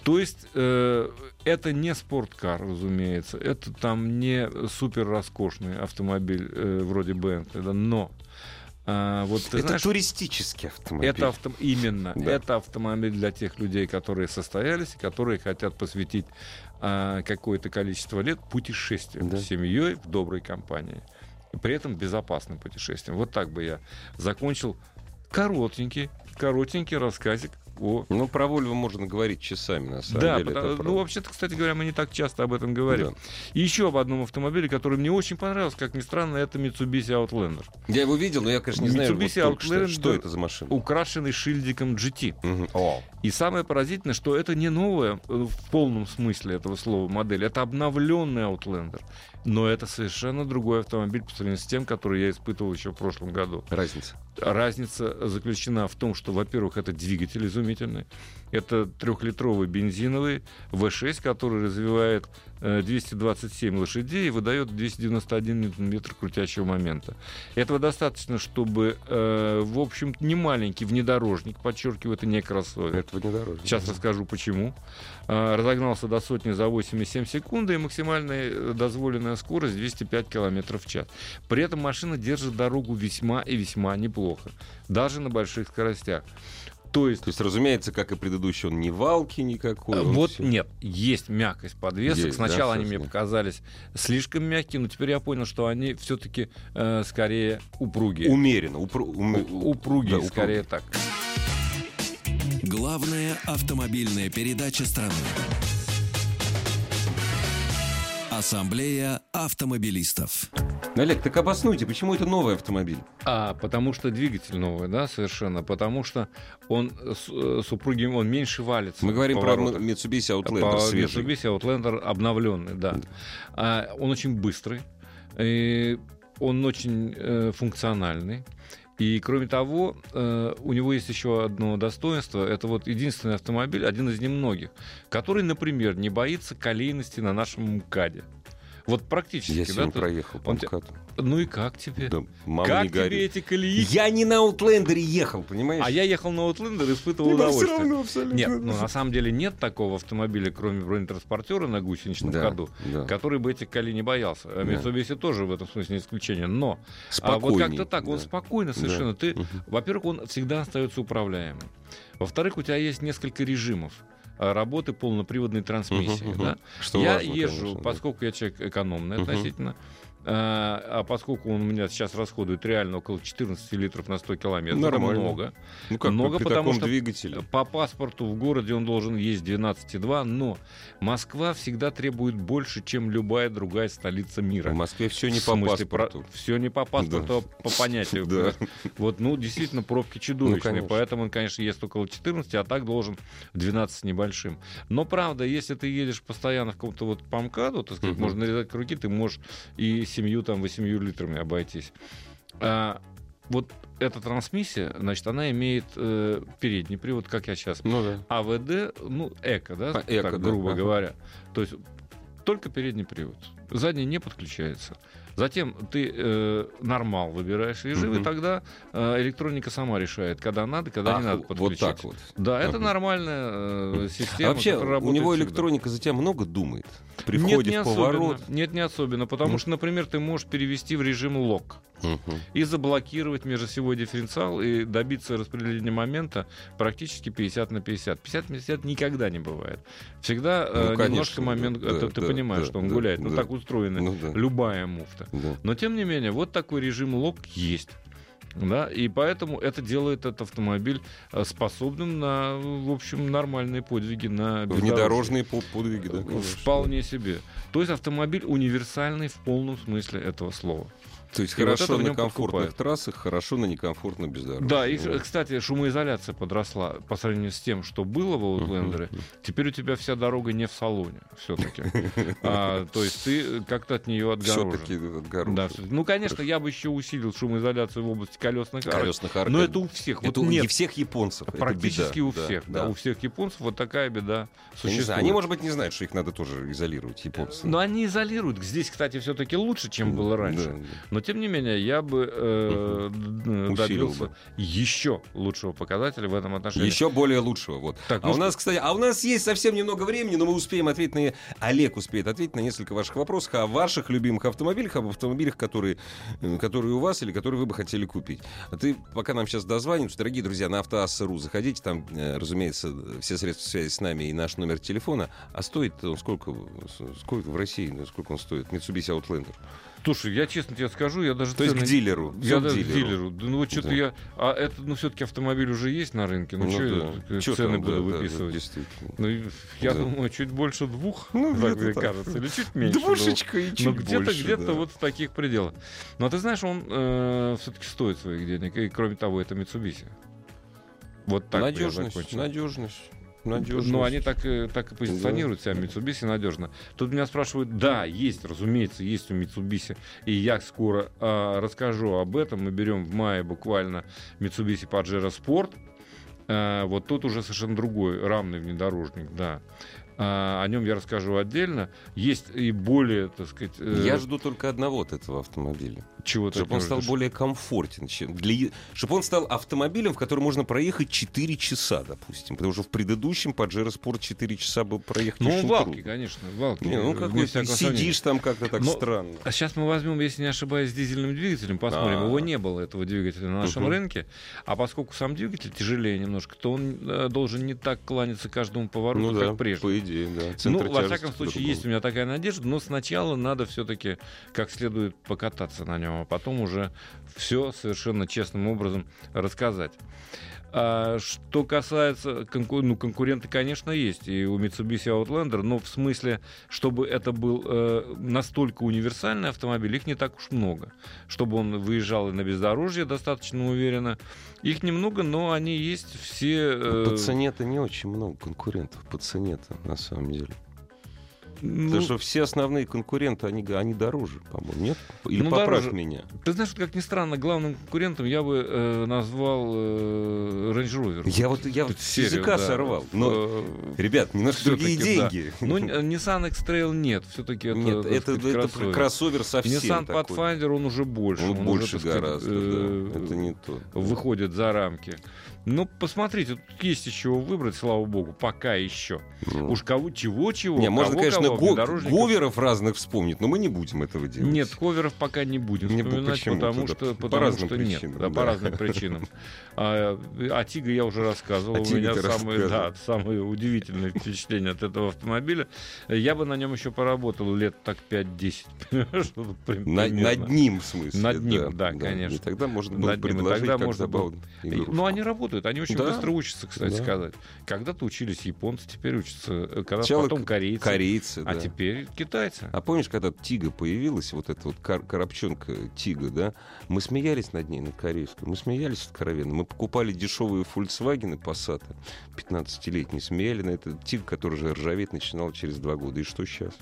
Speaker 2: То есть э, это не спорткар, разумеется, это там не супер роскошный автомобиль э, вроде Бентли, да, но а, вот ты
Speaker 1: это
Speaker 2: знаешь,
Speaker 1: туристический автомобиль.
Speaker 2: это авто... именно.
Speaker 1: Да.
Speaker 2: Это автомобиль для тех людей, которые состоялись и которые хотят посвятить а, какое-то количество лет путешествиям
Speaker 1: Да.
Speaker 2: с семьей в доброй компании. И при этом безопасным путешествием. Вот так бы я закончил коротенький, коротенький рассказик о.
Speaker 1: Ну, про Вольво можно говорить часами, на самом
Speaker 2: да,
Speaker 1: деле. это
Speaker 2: потому-
Speaker 1: правда.
Speaker 2: ну вообще-то, кстати говоря, мы не так часто об этом говорим.
Speaker 1: Да.
Speaker 2: И еще об одном автомобиле, который мне очень понравился, как ни странно, это Mitsubishi Outlander,
Speaker 1: Я его видел, но я, конечно, не знаю, вот
Speaker 2: Mitsubishi
Speaker 1: только что,
Speaker 2: Outlander-
Speaker 1: что это за машина.
Speaker 2: украшенный шильдиком GT.
Speaker 1: Мгм. О,
Speaker 2: И самое поразительное, что это не новая э, в полном смысле этого слова модель, это обновленный Outlander. Но это совершенно другой автомобиль по сравнению с тем, который я испытывал еще в прошлом году.
Speaker 1: разница.
Speaker 2: Разница заключена в том, что, во-первых, это двигатель изумительный. Это трехлитровый бензиновый V6, который развивает э, 227 лошадей и выдает 291 ньютон-метр крутящего момента. Этого достаточно, чтобы, э, в общем-то, не маленький внедорожник, подчеркиваю, это не кроссовер,
Speaker 1: Этого не дороже.
Speaker 2: Сейчас расскажу почему. А, Разогнался до сотни за 8,7 секунды и максимальная э, дозволенная скорость 205 км в час. При этом машина держит дорогу весьма и весьма неплохо, даже на больших скоростях. То есть
Speaker 1: То есть, разумеется, как и предыдущий, он не валки никакой. он
Speaker 2: А, вот
Speaker 1: всё.
Speaker 2: нет, есть мягкость подвесок.
Speaker 1: Есть, да,
Speaker 2: Сначала они мне
Speaker 1: собственно.
Speaker 2: показались слишком мягкие, но теперь я понял, что они все-таки скорее упругие.
Speaker 1: Умеренно. упру- ум-
Speaker 2: У- упругие,
Speaker 1: да,
Speaker 2: скорее так.
Speaker 3: Главная автомобильная передача страны. Ассамблея автомобилистов.
Speaker 1: Олег, так обоснуйте, почему это новый автомобиль?
Speaker 2: А, потому что двигатель новый, да, совершенно. Потому что он э, с- э, с упругим, он меньше валится.
Speaker 1: Мы
Speaker 2: в
Speaker 1: говорим про
Speaker 2: поворотах. А
Speaker 1: Mitsubishi Outlander
Speaker 2: По
Speaker 1: свежий.
Speaker 2: Mitsubishi Outlander обновленный, да. А, он очень быстрый, и он очень э, функциональный. И кроме того, э, у него есть еще одно достоинство. Это вот единственный автомобиль, один из немногих, который, например, не боится колейности на нашем МКАДе. Вот практически,
Speaker 1: Я
Speaker 2: да,
Speaker 1: сегодня
Speaker 2: ты-
Speaker 1: проехал по
Speaker 2: он те-
Speaker 1: МКАДу.
Speaker 2: Ну и как тебе?
Speaker 1: Да, мама
Speaker 2: как
Speaker 1: не
Speaker 2: тебе
Speaker 1: горит.
Speaker 2: эти колеи?
Speaker 1: Я не на Outlander ехал, понимаешь?
Speaker 2: А я ехал на Outlander и испытывал
Speaker 1: не
Speaker 2: удовольствие.
Speaker 1: абсолютно.
Speaker 2: Нет, ну на самом деле нет такого автомобиля, кроме бронетранспортера на гусеничном
Speaker 1: Да,
Speaker 2: ходу, а
Speaker 1: да.
Speaker 2: который бы этих колей не боялся. А
Speaker 1: Да.
Speaker 2: Mitsubishi тоже в этом смысле не исключение. Но а,
Speaker 1: Спокойней,
Speaker 2: вот как-то так, он
Speaker 1: да.
Speaker 2: спокойно совершенно. Ты,
Speaker 1: Мгм.
Speaker 2: во-первых, он всегда остается управляемым. Во-вторых, у тебя есть несколько режимов а, работы полноприводной трансмиссии.
Speaker 1: Мгм, мгм.
Speaker 2: да?
Speaker 1: Что
Speaker 2: я
Speaker 1: важно,
Speaker 2: езжу,
Speaker 1: конечно, да.
Speaker 2: поскольку я человек экономный
Speaker 1: Мгм.
Speaker 2: относительно, а, а поскольку он у меня сейчас расходует реально около 14 литров на 100 километров, это
Speaker 1: Нормально.
Speaker 2: много.
Speaker 1: Ну как,
Speaker 2: много,
Speaker 1: при
Speaker 2: потому
Speaker 1: таком
Speaker 2: что-
Speaker 1: двигателе.
Speaker 2: По паспорту в городе он должен есть 12,2, но Москва всегда требует больше, чем любая другая столица
Speaker 1: В
Speaker 2: мира.
Speaker 1: Москве все не по паспорту.
Speaker 2: Все не по паспорту, а по понятию.
Speaker 1: Да. Ну,
Speaker 2: Вот, ну, действительно, пробки чудовищные.
Speaker 1: конечно.
Speaker 2: поэтому он, конечно, ест около 14, а так должен 12 с небольшим. Но, правда, если ты едешь постоянно в каком-то вот по МКАДу, так сказать,
Speaker 1: Мгм.
Speaker 2: можно нарезать круги, ты можешь и семью, там, 8 литрами обойтись. А вот эта трансмиссия, значит, она имеет э, передний привод, как я сейчас
Speaker 1: Ну да.
Speaker 2: АВД, ну, эко, да,
Speaker 1: А, эко, да,
Speaker 2: так, грубо
Speaker 1: ага.
Speaker 2: говоря. То есть только передний привод. Задний не подключается. Затем ты э, нормал выбираешь режим,
Speaker 1: Мгм.
Speaker 2: и тогда э, электроника сама решает, когда надо, когда не
Speaker 1: Ах,
Speaker 2: надо
Speaker 1: вот
Speaker 2: подключить.
Speaker 1: так вот.
Speaker 2: Да, это
Speaker 1: Мгм. А
Speaker 2: нормальная э, система.
Speaker 1: Вообще,
Speaker 2: которая
Speaker 1: у
Speaker 2: работает
Speaker 1: него
Speaker 2: всегда.
Speaker 1: электроника затем много думает. При
Speaker 2: Нет,
Speaker 1: входе
Speaker 2: не
Speaker 1: в
Speaker 2: особенно.
Speaker 1: поворот.
Speaker 2: Нет, не особенно, потому
Speaker 1: Ну.
Speaker 2: что, например, ты можешь перевести в режим лок
Speaker 1: Мгм.
Speaker 2: и заблокировать межосевой дифференциал и добиться распределения момента практически 50 на 50. 50 на 50 никогда не бывает. Всегда
Speaker 1: Ну,
Speaker 2: э,
Speaker 1: конечно,
Speaker 2: немножко момент...
Speaker 1: да,
Speaker 2: это ты
Speaker 1: да,
Speaker 2: понимаешь,
Speaker 1: да,
Speaker 2: что он
Speaker 1: да,
Speaker 2: гуляет. ну,
Speaker 1: да.
Speaker 2: так устроена
Speaker 1: Ну да,
Speaker 2: любая муфта.
Speaker 1: да.
Speaker 2: Но, тем не менее, вот такой режим лок есть. Да, и поэтому это делает этот автомобиль э, способным на, в общем, нормальные подвиги на бездорожье.
Speaker 1: Внедорожные по- подвиги, да, конечно.
Speaker 2: Вполне себе. То есть автомобиль универсальный в полном смысле этого слова.
Speaker 1: То есть
Speaker 2: И вот
Speaker 1: хорошо
Speaker 2: это в
Speaker 1: на
Speaker 2: нем
Speaker 1: комфортных
Speaker 2: подкупает.
Speaker 1: трассах, хорошо на некомфортном бездорожье.
Speaker 2: Да, и,
Speaker 1: Ну,
Speaker 2: кстати, шумоизоляция подросла по сравнению с тем, что было в Outlander. Теперь у тебя вся дорога не в салоне все-таки. то есть ты э, как-то от нее
Speaker 1: Все-таки
Speaker 2: отгорожен.
Speaker 1: отгорожен.
Speaker 2: Да, всё-таки. ну, конечно, я бы еще усилил шумоизоляцию в области колесных арок.
Speaker 1: Колесных арок. э,
Speaker 2: Но Ну, это у всех. Вот
Speaker 1: Это у
Speaker 2: нет,
Speaker 1: не всех японцев. это
Speaker 2: практически
Speaker 1: беда.
Speaker 2: у всех. Да, у всех японцев вот такая беда
Speaker 1: Я не
Speaker 2: существует.
Speaker 1: знаю, они, может быть, не знают, что их надо тоже изолировать, японцы.
Speaker 2: Но они изолируют. Здесь, кстати, все-таки лучше, чем было раньше.
Speaker 1: Да, да.
Speaker 2: Но тем не менее, я бы э, д-
Speaker 1: Усилил
Speaker 2: добился
Speaker 1: бы.
Speaker 2: еще лучшего показателя в этом отношении.
Speaker 1: Еще более лучшего. Вот.
Speaker 2: Так,
Speaker 1: а
Speaker 2: ну
Speaker 1: у
Speaker 2: что-
Speaker 1: нас, кстати, а у нас есть совсем немного времени, но мы успеем ответить на... Олег успеет ответить на несколько ваших вопросов о ваших любимых автомобилях, об автомобилях, которые, э, которые у вас или которые вы бы хотели купить. А ты пока нам сейчас дозвонишь, дорогие друзья, на автоасса.ру заходите, там, э, разумеется, все средства связи с нами и наш номер телефона. А стоит он сколько, сколько в России, ну, сколько он стоит? Mitsubishi Outlander.
Speaker 2: Слушай, я честно тебе скажу, я даже
Speaker 1: То есть
Speaker 2: цены-
Speaker 1: к дилеру.
Speaker 2: Я
Speaker 1: Всё к
Speaker 2: даже к дилеру. Да, ну вот что-то
Speaker 1: Да.
Speaker 2: я. А это, ну, все-таки автомобиль уже есть на рынке. Ну,
Speaker 1: Ну
Speaker 2: что
Speaker 1: да.
Speaker 2: я
Speaker 1: Чё
Speaker 2: цены
Speaker 1: там, да,
Speaker 2: буду
Speaker 1: да, да,
Speaker 2: выписывать?
Speaker 1: действительно.
Speaker 2: ну, и я
Speaker 1: Да.
Speaker 2: думаю, чуть больше двух,
Speaker 1: Ну,
Speaker 2: так
Speaker 1: где-то
Speaker 2: мне
Speaker 1: так.
Speaker 2: кажется, или чуть меньше. двух.
Speaker 1: Двушечка и чуть
Speaker 2: Но где-то,
Speaker 1: больше,
Speaker 2: где-то
Speaker 1: да.
Speaker 2: вот в таких пределах. Но ты знаешь, он все-таки стоит своих денег. И кроме того, это Mitsubishi. Вот так бы я
Speaker 1: надежность,
Speaker 2: закончил.
Speaker 1: надежность, надежность.
Speaker 2: Ну, они так, э, так и позиционируют себя, Mitsubishi надежно. Тут меня спрашивают, да, есть, разумеется, есть у Mitsubishi. И я скоро а, расскажу об этом. Мы берем в мае буквально Mitsubishi Pajero Sport. А, вот тут уже совершенно другой, рамный внедорожник, да. А, о нем я расскажу отдельно. Есть и более, так сказать, э,
Speaker 1: Я жду только одного от этого автомобиля.
Speaker 2: чего-то.
Speaker 1: Чтобы он стал более комфортен, чем для... Чтобы он стал автомобилем, в который можно проехать 4 часа, допустим. Потому что в предыдущем Pajero Sport 4 часа был проехать
Speaker 2: Ну,
Speaker 1: очень
Speaker 2: он валки,
Speaker 1: трудно.
Speaker 2: конечно, валки.
Speaker 1: Не, ну, какой
Speaker 2: Вне
Speaker 1: ты
Speaker 2: всякого сомнения.
Speaker 1: сидишь там как-то так
Speaker 2: Но-
Speaker 1: странно.
Speaker 2: А сейчас мы возьмем, если не ошибаюсь, с дизельным двигателем, посмотрим.
Speaker 1: А.
Speaker 2: Его не было, этого двигателя, на нашем
Speaker 1: Мгм.
Speaker 2: рынке. А поскольку сам двигатель тяжелее немножко, то он э, должен не так кланяться каждому повороту,
Speaker 1: ну да,
Speaker 2: как прежде.
Speaker 1: по идее, да.
Speaker 2: Ну,
Speaker 1: Центр
Speaker 2: во
Speaker 1: тяжести
Speaker 2: всяком случае,
Speaker 1: по-другому.
Speaker 2: есть у меня такая надежда, но сначала надо все-таки как следует покататься на нем, а потом уже все совершенно честным образом рассказать. А что касается конку- ну, конкуренты, конечно, есть и у Mitsubishi Outlander, но в смысле, чтобы это был э, настолько универсальный автомобиль, их не так уж много. Чтобы он выезжал и на бездорожье достаточно уверенно. Их немного, но они есть все...
Speaker 1: Ну, По
Speaker 2: э,
Speaker 1: цене-то не очень много конкурентов, по цене-то, на самом деле.
Speaker 2: Ну,
Speaker 1: Потому что все основные конкуренты, они, г- они дороже, по-моему, нет? Или
Speaker 2: Ну,
Speaker 1: поправь
Speaker 2: дороже.
Speaker 1: меня.
Speaker 2: Ты знаешь, вот как ни странно, главным конкурентом я бы э, назвал э, Range Rover.
Speaker 1: Я вот я вот
Speaker 2: Тут
Speaker 1: с
Speaker 2: серию,
Speaker 1: языка
Speaker 2: да.
Speaker 1: сорвал. Но,
Speaker 2: Э,
Speaker 1: ребят, немножко другие
Speaker 2: всё-таки, да.
Speaker 1: деньги.
Speaker 2: Ну, н- Nissan X-Trail нет, все-таки это,
Speaker 1: Нет,
Speaker 2: так
Speaker 1: это,
Speaker 2: сказать,
Speaker 1: это
Speaker 2: кроссовер.
Speaker 1: кроссовер совсем
Speaker 2: Nissan
Speaker 1: такой.
Speaker 2: Pathfinder, он уже больше.
Speaker 1: Он
Speaker 2: уже,
Speaker 1: больше
Speaker 2: так сказать,
Speaker 1: гораздо,
Speaker 2: э,
Speaker 1: да. Это не то.
Speaker 2: Выходит за рамки. Ну, посмотрите, тут есть из чего выбрать, слава богу, пока еще.
Speaker 1: Ну.
Speaker 2: Уж кого чего-чего.
Speaker 1: Не, можно,
Speaker 2: кого,
Speaker 1: конечно,
Speaker 2: кого,
Speaker 1: го-
Speaker 2: внедорожников.
Speaker 1: говеров разных вспомнить, но мы не будем этого делать.
Speaker 2: Нет, коверов пока не будем
Speaker 1: Не бу-
Speaker 2: вспоминать,
Speaker 1: почему?
Speaker 2: потому
Speaker 1: Да,
Speaker 2: что,
Speaker 1: по
Speaker 2: потому
Speaker 1: разным
Speaker 2: что нет.
Speaker 1: причинам,
Speaker 2: да,
Speaker 1: да.
Speaker 2: По разным причинам. А, о «Тигре» я уже рассказывал.
Speaker 1: О
Speaker 2: У
Speaker 1: «Тигре»
Speaker 2: меня
Speaker 1: А ты
Speaker 2: самые,
Speaker 1: рассказывал.
Speaker 2: да, самые удивительные впечатления от этого автомобиля. Я бы на нем еще поработал лет так 5-10. что-то при-
Speaker 1: На-
Speaker 2: примерно.
Speaker 1: над ним, в смысле.
Speaker 2: Над ним, да, конечно.
Speaker 1: И тогда можно было
Speaker 2: Над ним, и
Speaker 1: предложить,
Speaker 2: тогда
Speaker 1: как
Speaker 2: можно было-
Speaker 1: забавно. игрушку.
Speaker 2: Ну, они работают, они очень
Speaker 1: Да.
Speaker 2: быстро учатся, кстати
Speaker 1: Да.
Speaker 2: сказать. Когда-то учились японцы, теперь учатся, э, когда
Speaker 1: Сначала
Speaker 2: потом корейцы,
Speaker 1: Корейцы,
Speaker 2: а
Speaker 1: да.
Speaker 2: теперь китайцы.
Speaker 1: А помнишь, когда Тига появилась, вот эта вот кар- коробчонка Тига, да? Мы смеялись над ней, над корейской. Мы смеялись откровенно. Мы покупали дешевые Volkswagen Passat 15-летние. Смеяли на этот Тиг, который же ржаветь начинал через два года. И что сейчас?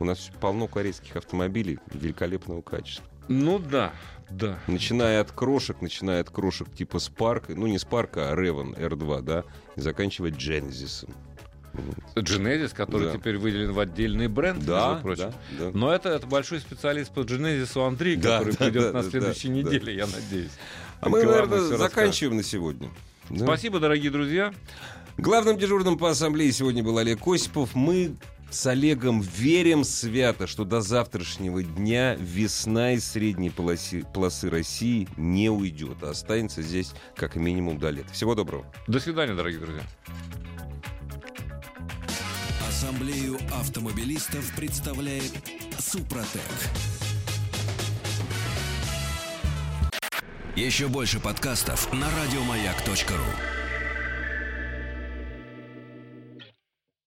Speaker 1: У нас полно корейских автомобилей великолепного качества.
Speaker 2: Ну да, да.
Speaker 1: Начиная от крошек, начиная от крошек типа Spark, ну не Spark, а Revan R2, да, и заканчивая Genesis.
Speaker 2: Genesis, который
Speaker 1: Да.
Speaker 2: теперь выделен в отдельный бренд,
Speaker 1: Да,
Speaker 2: между прочим.
Speaker 1: да, да.
Speaker 2: Но это, это большой специалист по Genesis Андрей,
Speaker 1: Да,
Speaker 2: который
Speaker 1: да,
Speaker 2: придет
Speaker 1: да,
Speaker 2: на
Speaker 1: да,
Speaker 2: следующей
Speaker 1: да, да.
Speaker 2: неделе, я надеюсь.
Speaker 1: А мы,
Speaker 2: К вам
Speaker 1: наверное,
Speaker 2: всё
Speaker 1: заканчиваем на сегодня.
Speaker 2: расскажет.
Speaker 1: Да.
Speaker 2: Спасибо, дорогие друзья.
Speaker 1: Главным дежурным по ассамблее сегодня был Олег Осипов. Мы с Олегом верим свято, что до завтрашнего дня весна из средней полосы, полосы России не уйдет, а останется здесь как минимум до лета. Всего доброго.
Speaker 2: До свидания, дорогие друзья.
Speaker 3: Ассамблею автомобилистов представляет Супротек. Еще больше подкастов на радиомаяк.ру.